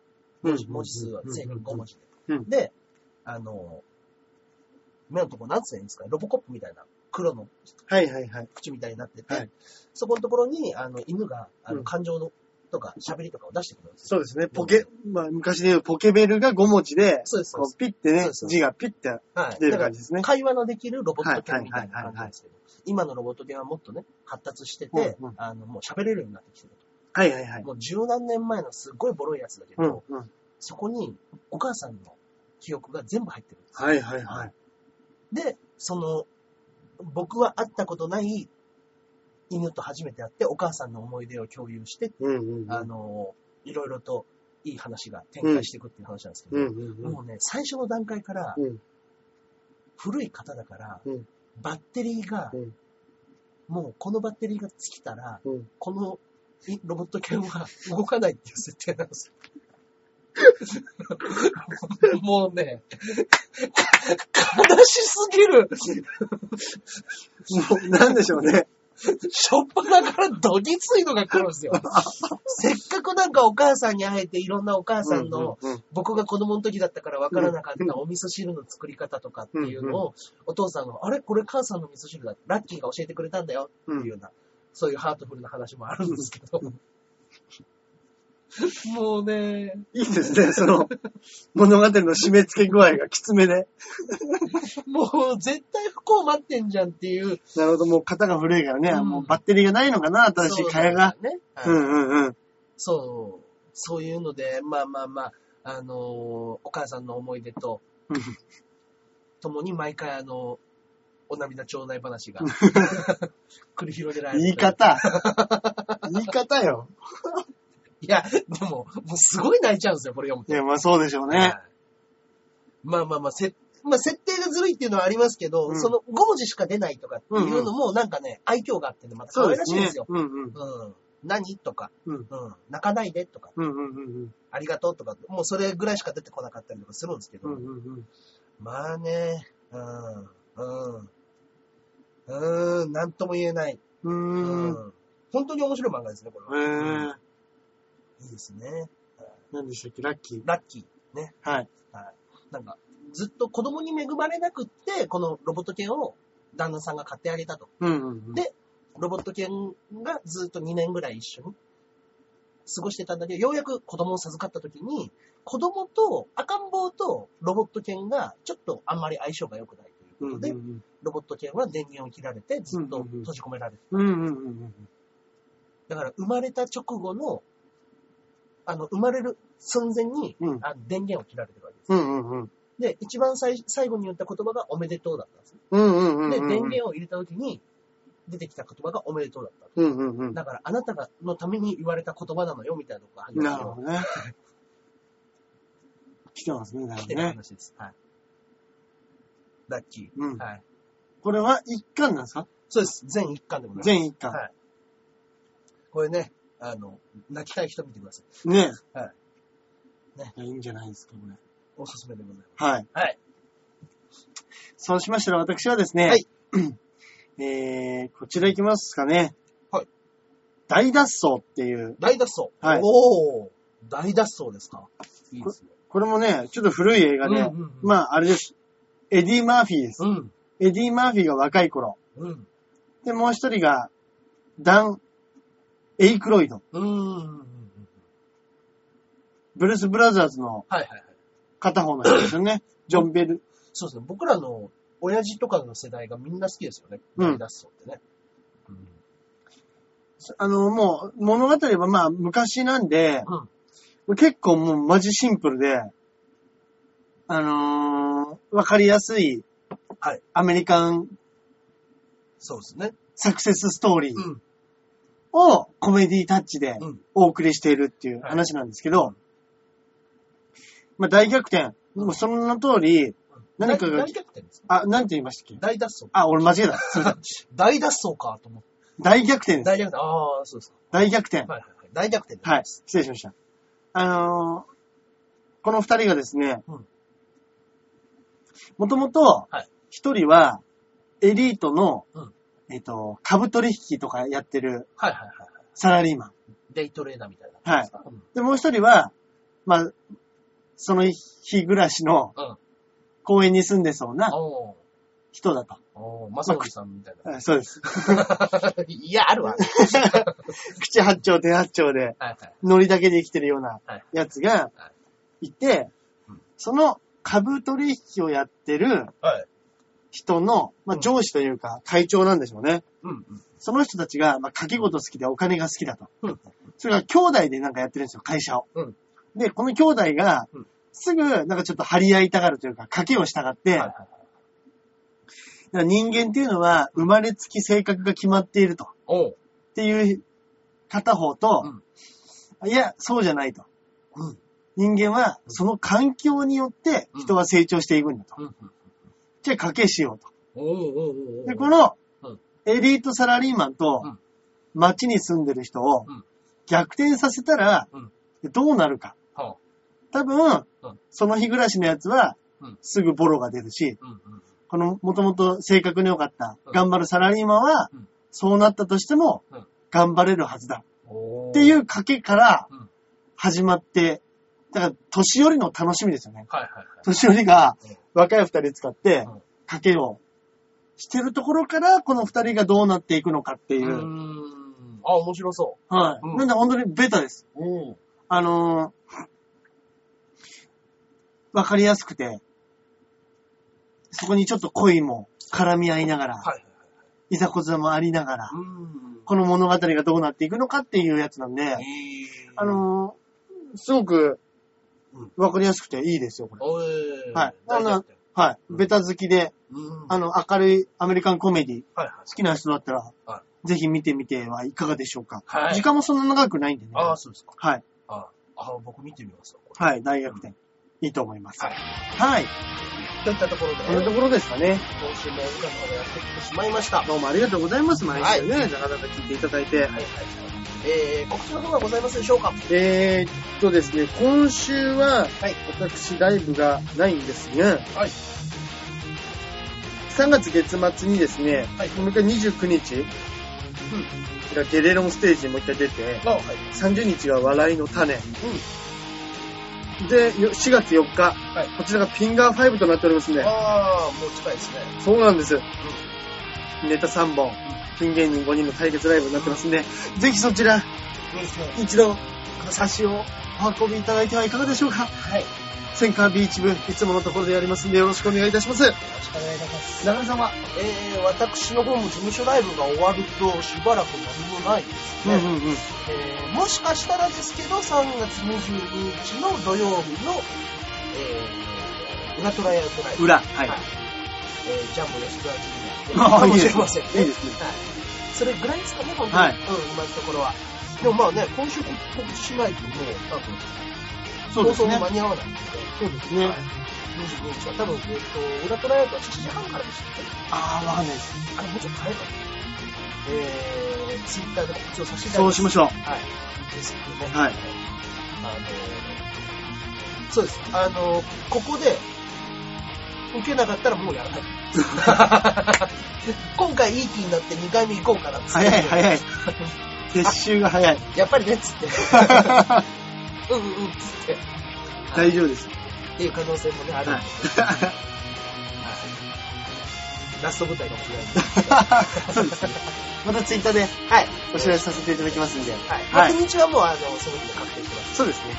Speaker 2: 文字文字数は正
Speaker 1: うん
Speaker 2: 5文字で。
Speaker 1: うん
Speaker 2: で、あの、目のところ、なんつうんですかね、ロボコップみたいな黒の
Speaker 1: はいはいはい。
Speaker 2: 口みたいになってて、
Speaker 1: はい
Speaker 2: そこのところに、あの、犬が、あ
Speaker 1: う
Speaker 2: の、
Speaker 1: ん
Speaker 2: 感情の、とか、喋りとかを出してくるんですよ。
Speaker 1: そうですね。ポケ、まあ昔で言うポケベルが5文字で、
Speaker 2: そうです、そう
Speaker 1: こ
Speaker 2: です
Speaker 1: う。ピッてね
Speaker 2: そう、そう
Speaker 1: 字がピッて
Speaker 2: はい。
Speaker 1: 出る
Speaker 2: だから
Speaker 1: 感じですね。
Speaker 2: 会話のできるロボット犬みたいな感じなんですけど、今のロボット犬はもっとね、発達してて、
Speaker 1: うんうん
Speaker 2: あの、もう喋れるようになってきてると。
Speaker 1: はいはいはい。
Speaker 2: もう十何年前のすごいボロいやつだけど、
Speaker 1: うん。うん
Speaker 2: そこにお母さんの記憶が全部入ってるんですよ。
Speaker 1: はいはいはい。
Speaker 2: で、その、僕は会ったことない犬と初めて会って、お母さんの思い出を共有して、
Speaker 1: うんうんうん。
Speaker 2: あの、いろいろといい話が展開していくっていう話なんですけど、
Speaker 1: うんうんうん
Speaker 2: もうね、最初の段階から、
Speaker 1: うん
Speaker 2: 古い方だから、
Speaker 1: うん
Speaker 2: バッテリーが、
Speaker 1: うん
Speaker 2: もうこのバッテリーが尽きたら、
Speaker 1: うん
Speaker 2: このいロボット犬は動かないっていう設定なんですよ。 もうね、悲しすぎる。
Speaker 1: も うなんでしょうね。
Speaker 2: しょっぱなからどぎついのが来るんですよ。せっかくなんかお母さんに会えていろんなお母さんの、
Speaker 1: うんうん
Speaker 2: 僕が子供の時だったから分からなかったお味噌汁の作り方とかっていうのを、お父さんが、あれこれ母さんの味噌汁だ。ラッキーが教えてくれたんだよ。って
Speaker 1: うん
Speaker 2: いうような、そういうハートフルな話もあるんですけど。 もうね、
Speaker 1: いいですね、その、物語の締め付け具合がきつめで。
Speaker 2: もう絶対不幸待ってんじゃんっていう。
Speaker 1: なるほど、もう型が古いからね、
Speaker 2: うん
Speaker 1: もうバッテリーがないのかな、新しい
Speaker 2: そうな
Speaker 1: 替え
Speaker 2: ん
Speaker 1: が。、
Speaker 2: だよね。はい
Speaker 1: ん
Speaker 2: う
Speaker 1: うんうん。
Speaker 2: そう、そういうので、まあまあまあ、あのーお母さんの思い出と、ともに毎回あの、お涙頂戴話が、 繰り広げられる。
Speaker 1: 言い 方。言い方よ。
Speaker 2: いや、でも、もうすごい泣いちゃうんですよ、これ読む
Speaker 1: い
Speaker 2: と。
Speaker 1: や、まあそうでしょう
Speaker 2: は
Speaker 1: ね
Speaker 2: い。まあまあまあ、せ、まあ設定がずるいっていうのはありますけど、
Speaker 1: うん
Speaker 2: その5文字しか出ないとかっていうのも、なんかね、愛嬌があってね、また可
Speaker 1: そう
Speaker 2: 愛
Speaker 1: で
Speaker 2: らし
Speaker 1: す
Speaker 2: いん
Speaker 1: ね
Speaker 2: ですよ。。
Speaker 1: うんうん。
Speaker 2: うん。何とか、
Speaker 1: うん
Speaker 2: 泣かないでとか、
Speaker 1: うんうんうん
Speaker 2: ありがとうとか、もうそれぐらいしか出てこなかったりとかするんですけど、
Speaker 1: うん。うんうん
Speaker 2: まあね、うん、うん、うん、なんとも言えない。う
Speaker 1: うん。うーん。
Speaker 2: ん。本当に面白い漫画ですね、これ
Speaker 1: え
Speaker 2: は。
Speaker 1: ー、
Speaker 2: うんいいですね。
Speaker 1: 何でしたっけ、ラッキー。
Speaker 2: ラッキー。
Speaker 1: はい。
Speaker 2: なんか、ずっと子供に恵まれなくって、このロボット犬を旦那さんが買ってあげたと。
Speaker 1: うんうんうん。
Speaker 2: でロボット犬がずっと2年ぐらい一緒に過ごしてたんだけど、ようやく子供を授かった時に、子供と赤ん坊とロボット犬がちょっとあんまり相性が良くないといううんこ
Speaker 1: う
Speaker 2: と
Speaker 1: んう
Speaker 2: で、
Speaker 1: ん。
Speaker 2: ロボット犬は電源を切られてずっ
Speaker 1: う
Speaker 2: と
Speaker 1: んうんうん
Speaker 2: 閉じ込められて、
Speaker 1: うんうんうんうん。
Speaker 2: だから生まれた直後の、あの、生まれる寸前に、
Speaker 1: うん
Speaker 2: あの電源を切られてるわけです。
Speaker 1: うんうんうん。
Speaker 2: で、一番最最後に言った言葉がおめでとうだったんです。
Speaker 1: うんうんうんうん。
Speaker 2: で、電源を入れた時に出てきた言葉がおめでとうだった。
Speaker 1: うんうんうん。
Speaker 2: だから、あなたがのために言われた言葉なのよ、みたいなのが始ま
Speaker 1: な
Speaker 2: る
Speaker 1: る
Speaker 2: よ
Speaker 1: ほ。 どね。来てますね、なる
Speaker 2: 来
Speaker 1: ほ
Speaker 2: て
Speaker 1: ど
Speaker 2: る
Speaker 1: ね。
Speaker 2: 話です。はい。ラッキ
Speaker 1: う
Speaker 2: ー。
Speaker 1: ん。
Speaker 2: はい。
Speaker 1: これは一巻なんですか
Speaker 2: そうです。全一巻でございます。
Speaker 1: 全一巻。
Speaker 2: はい。これね、あの、泣きたい人見てください。
Speaker 1: ねえ。。
Speaker 2: はい
Speaker 1: ねいいんじゃないですか、これ。
Speaker 2: おすすめでございます。
Speaker 1: はい。
Speaker 2: はい。
Speaker 1: そうしましたら私はですね、
Speaker 2: はい。
Speaker 1: えー、こちら行きますかね。
Speaker 2: はい。
Speaker 1: 大脱走っていう、
Speaker 2: 大脱走。
Speaker 1: はい
Speaker 2: おー。大脱走ですか。いいですね。
Speaker 1: これもね、ちょっと古い映画で、
Speaker 2: うんうんうん
Speaker 1: まあ、あれです。エディ・マーフィーです。
Speaker 2: うん。
Speaker 1: エディ・マーフィーが若い頃。
Speaker 2: うん。
Speaker 1: で、もう一人が、ダン・エイクロイド。
Speaker 2: うんうんうんうん。
Speaker 1: ブルース・ブラザーズの
Speaker 2: はいはいはい。
Speaker 1: 片方の人ですよ ね。ジョン・ベル。
Speaker 2: そうですね。僕らの親父とかの世代がみんな好きですよね。
Speaker 1: うん
Speaker 2: 大脱走ってね。うん。
Speaker 1: あの、もう、物語はまあ、昔なんで、
Speaker 2: うん。
Speaker 1: 結構もうマジシンプルで、あのーわかりやすい、
Speaker 2: はい
Speaker 1: アメリカン
Speaker 2: そうですね。
Speaker 1: サクセスストーリ
Speaker 2: う
Speaker 1: ー
Speaker 2: ん。
Speaker 1: をコメディタッチで
Speaker 2: うん
Speaker 1: お送りしているっていう
Speaker 2: はい
Speaker 1: 話なんですけど、まあ大逆転。
Speaker 2: うん
Speaker 1: もうその名通り、何かが
Speaker 2: 大大逆転ですか
Speaker 1: あ、なんて言いましたっけ
Speaker 2: 大脱走。
Speaker 1: あ、俺間違えた。すいません
Speaker 2: 大脱走かと思って。
Speaker 1: 大逆転です。
Speaker 2: 大逆転。ああ、そうです
Speaker 1: 大逆転
Speaker 2: か。。はいはいはい。大逆転です。
Speaker 1: はい、失礼しました。あのーこの二人がですね
Speaker 2: うん、
Speaker 1: もともと
Speaker 2: はい、
Speaker 1: 一人は、エリートの、
Speaker 2: うん
Speaker 1: えっ、と、株取引とかやってる
Speaker 2: はいはいはい。
Speaker 1: サラリーマン。
Speaker 2: デイトレーナーみたいな。
Speaker 1: はい。
Speaker 2: うん
Speaker 1: で、もう一人は、まあ、その日暮らしの
Speaker 2: うん。
Speaker 1: 公園に住んでそうな
Speaker 2: おー
Speaker 1: 人だと。
Speaker 2: おー、まさのりさんみたいな。
Speaker 1: はいそうです。
Speaker 2: いや、あるわ。はい
Speaker 1: 口八丁手八丁で、
Speaker 2: はい。
Speaker 1: ノリだけで生きてるような
Speaker 2: はい
Speaker 1: やつが
Speaker 2: はい
Speaker 1: て
Speaker 2: うん、
Speaker 1: その株取引をやってる
Speaker 2: はい。
Speaker 1: 人の、まあ、
Speaker 2: うん
Speaker 1: 上司というか会長なんでしょうね。
Speaker 2: うんうん。
Speaker 1: その人たちが、まあ、掛け事好きでお金が好きだと。
Speaker 2: うん
Speaker 1: それが兄弟でなんかやってるんですよ、会社を。
Speaker 2: うん
Speaker 1: で、この兄弟が
Speaker 2: うん、
Speaker 1: すぐ、なんかちょっと張り合いたがるというか、賭けをしたがって、
Speaker 2: はいはいはい。
Speaker 1: だから人間っていうのは、生まれつき性格が決まっていると。
Speaker 2: おう。
Speaker 1: っていう片方と、いや、そうじゃないと。
Speaker 2: うん。
Speaker 1: 人間は、その環境によって、人は成長していくんだと。
Speaker 2: うんうん。
Speaker 1: じゃあ、賭けしようと。
Speaker 2: おうおうおうおう。
Speaker 1: で、この
Speaker 2: うん、
Speaker 1: エリートサラリーマンと
Speaker 2: うん、
Speaker 1: 街に住んでる人を
Speaker 2: うん、
Speaker 1: 逆転させたら
Speaker 2: うん、
Speaker 1: どうなるか。
Speaker 2: はあ
Speaker 1: 多分
Speaker 2: うん、
Speaker 1: その日暮らしのやつは
Speaker 2: うん、
Speaker 1: すぐボロが出るし、
Speaker 2: うんうん。
Speaker 1: この、もともと性格の良かった
Speaker 2: う、ん
Speaker 1: 頑張るサラリーマンは
Speaker 2: うん、
Speaker 1: そうなったとしても
Speaker 2: うん、
Speaker 1: 頑張れるはずだ。
Speaker 2: お。
Speaker 1: っていうう賭けから
Speaker 2: うん、
Speaker 1: 始まって、だから、年寄りの楽しみですよね。
Speaker 2: はいはいはい。
Speaker 1: 年寄りが
Speaker 2: うん
Speaker 1: 若い二人使って
Speaker 2: うん、
Speaker 1: 賭けをしてるところから、この二人がどうなっていくのかっていう
Speaker 2: ー
Speaker 1: う。
Speaker 2: ん。あ、面白そ
Speaker 1: は
Speaker 2: うん
Speaker 1: い。なんで本当にベタです。
Speaker 2: う。うん。
Speaker 1: あのーわかりやすくて、そこにちょっと恋も絡み合いながら、
Speaker 2: はい。
Speaker 1: いざこざもありながら
Speaker 2: う、ん。
Speaker 1: この物語がどうなっていくのかっていうやつなんで、あのーすごく
Speaker 2: うん、
Speaker 1: わかりやすくていいですよ、これ。
Speaker 2: おえー
Speaker 1: はい
Speaker 2: 大逆転
Speaker 1: はい。
Speaker 2: うん
Speaker 1: ベタ好きで、
Speaker 2: うん。
Speaker 1: あ
Speaker 2: の、
Speaker 1: の、明るいアメリカンコメディ、
Speaker 2: はいはい
Speaker 1: 好きな人だったら、
Speaker 2: は
Speaker 1: ぜひ見てみてはいかがでしょうか。
Speaker 2: はい
Speaker 1: 時間もそんな長くないんでね。
Speaker 2: ああ、そうですか。
Speaker 1: はい。
Speaker 2: ああ、僕見てみますわこれ
Speaker 1: はい、大逆転。いいと思います。
Speaker 2: はい。
Speaker 1: はい。
Speaker 2: といったところで、
Speaker 1: こんなところですかね。
Speaker 2: 今週もお時間までやってきてしまいました。
Speaker 1: どうもありがとうございます。毎週ね、なかなか聞いていただいて。
Speaker 2: はいはい。えー、告知の方はございますでしょうか
Speaker 1: えー、っとですね、今週は、
Speaker 2: い
Speaker 1: 私ライブがないんですが、
Speaker 2: はい。
Speaker 1: 3月月末にですね、
Speaker 2: はい
Speaker 1: もう一回29日がゲレロンステージにもう一回出て、
Speaker 2: あ、はい。
Speaker 1: 30日が笑いの種。
Speaker 2: う
Speaker 1: で、よ4月4日、
Speaker 2: い
Speaker 1: こちらがフィンガー5となっております
Speaker 2: ん。
Speaker 1: ね。
Speaker 2: ああ、もう近いですね。
Speaker 1: そうなんです。ネタ3本
Speaker 2: ん、
Speaker 1: ピン芸人5人の対決ライブになってますんで、ぜひそちら、
Speaker 2: そうですね。
Speaker 1: 一度、差しをお運びいただいてはいかがでしょうか。
Speaker 2: はい。よ
Speaker 1: センカービーチ部、いつものところでやりますんで、よろしくお願いいたします。
Speaker 2: ろしくお願いいたします。
Speaker 1: 中根さんは、
Speaker 2: えー、私の方も事務所ライブが終わるとしばらく何もないですね。
Speaker 1: うんうん。
Speaker 2: えーもしかしたらですけど、3月22日の土曜日の、えー、ウラトライアウトライブ。
Speaker 1: 裏、はい。
Speaker 2: えー、ジャンボ吉田ジ
Speaker 1: ああ
Speaker 2: かも
Speaker 1: いい
Speaker 2: し
Speaker 1: で
Speaker 2: れ
Speaker 1: す
Speaker 2: ません、
Speaker 1: いいですね
Speaker 2: はい。それぐらいですかね、本当に。
Speaker 1: はい
Speaker 2: うん、今のところは。でもまあね、今週告知しないともう、多分、
Speaker 1: そうです
Speaker 2: 放送に
Speaker 1: ね
Speaker 2: 間。に合わないんで、
Speaker 1: そうですね
Speaker 2: はい。22日は多分、えっ、と、ウラトライアウトは7時半からでしたっけ
Speaker 1: あー、わかんないです。
Speaker 2: あれ、もうちょっと早いかな。えー、ツイッターで告知をさせていただき
Speaker 1: そ
Speaker 2: ま
Speaker 1: うしま
Speaker 2: す。
Speaker 1: しょう。
Speaker 2: はい。ですよね。
Speaker 1: はい
Speaker 2: あの、そうです。あの、ここで、受けなかったらもう やらない。今回いい気になって2回目行こうかなっつって。
Speaker 1: 早い早い。撤収が早い。
Speaker 2: やっぱりねっつって。うんうんうんっつって。
Speaker 1: 大丈夫です。
Speaker 2: っていう可能性もね、あるんで、ラスト舞台かもしれないん で。
Speaker 1: そうですね。またツイッターで
Speaker 2: はい。
Speaker 1: お知らせさせていただきますんで。
Speaker 2: はい。
Speaker 1: はい
Speaker 2: 確認はもう、あの、その日で確定してます。
Speaker 1: そうですね。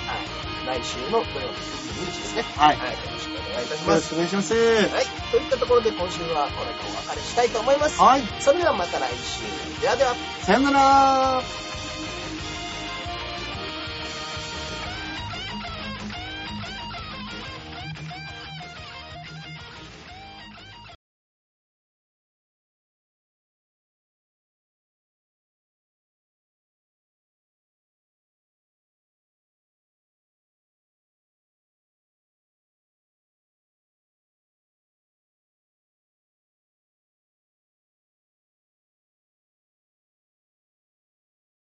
Speaker 2: はい。来週の土曜日22日ですね。
Speaker 1: はい。よ
Speaker 2: はい。よろしくお願いいたしま
Speaker 1: ろ
Speaker 2: す
Speaker 1: し。くお願いします。
Speaker 2: はい。といったところで今週はこれでお別れしたいと思います。
Speaker 1: はい。
Speaker 2: それではまた来週。ではでは。
Speaker 1: さよなら。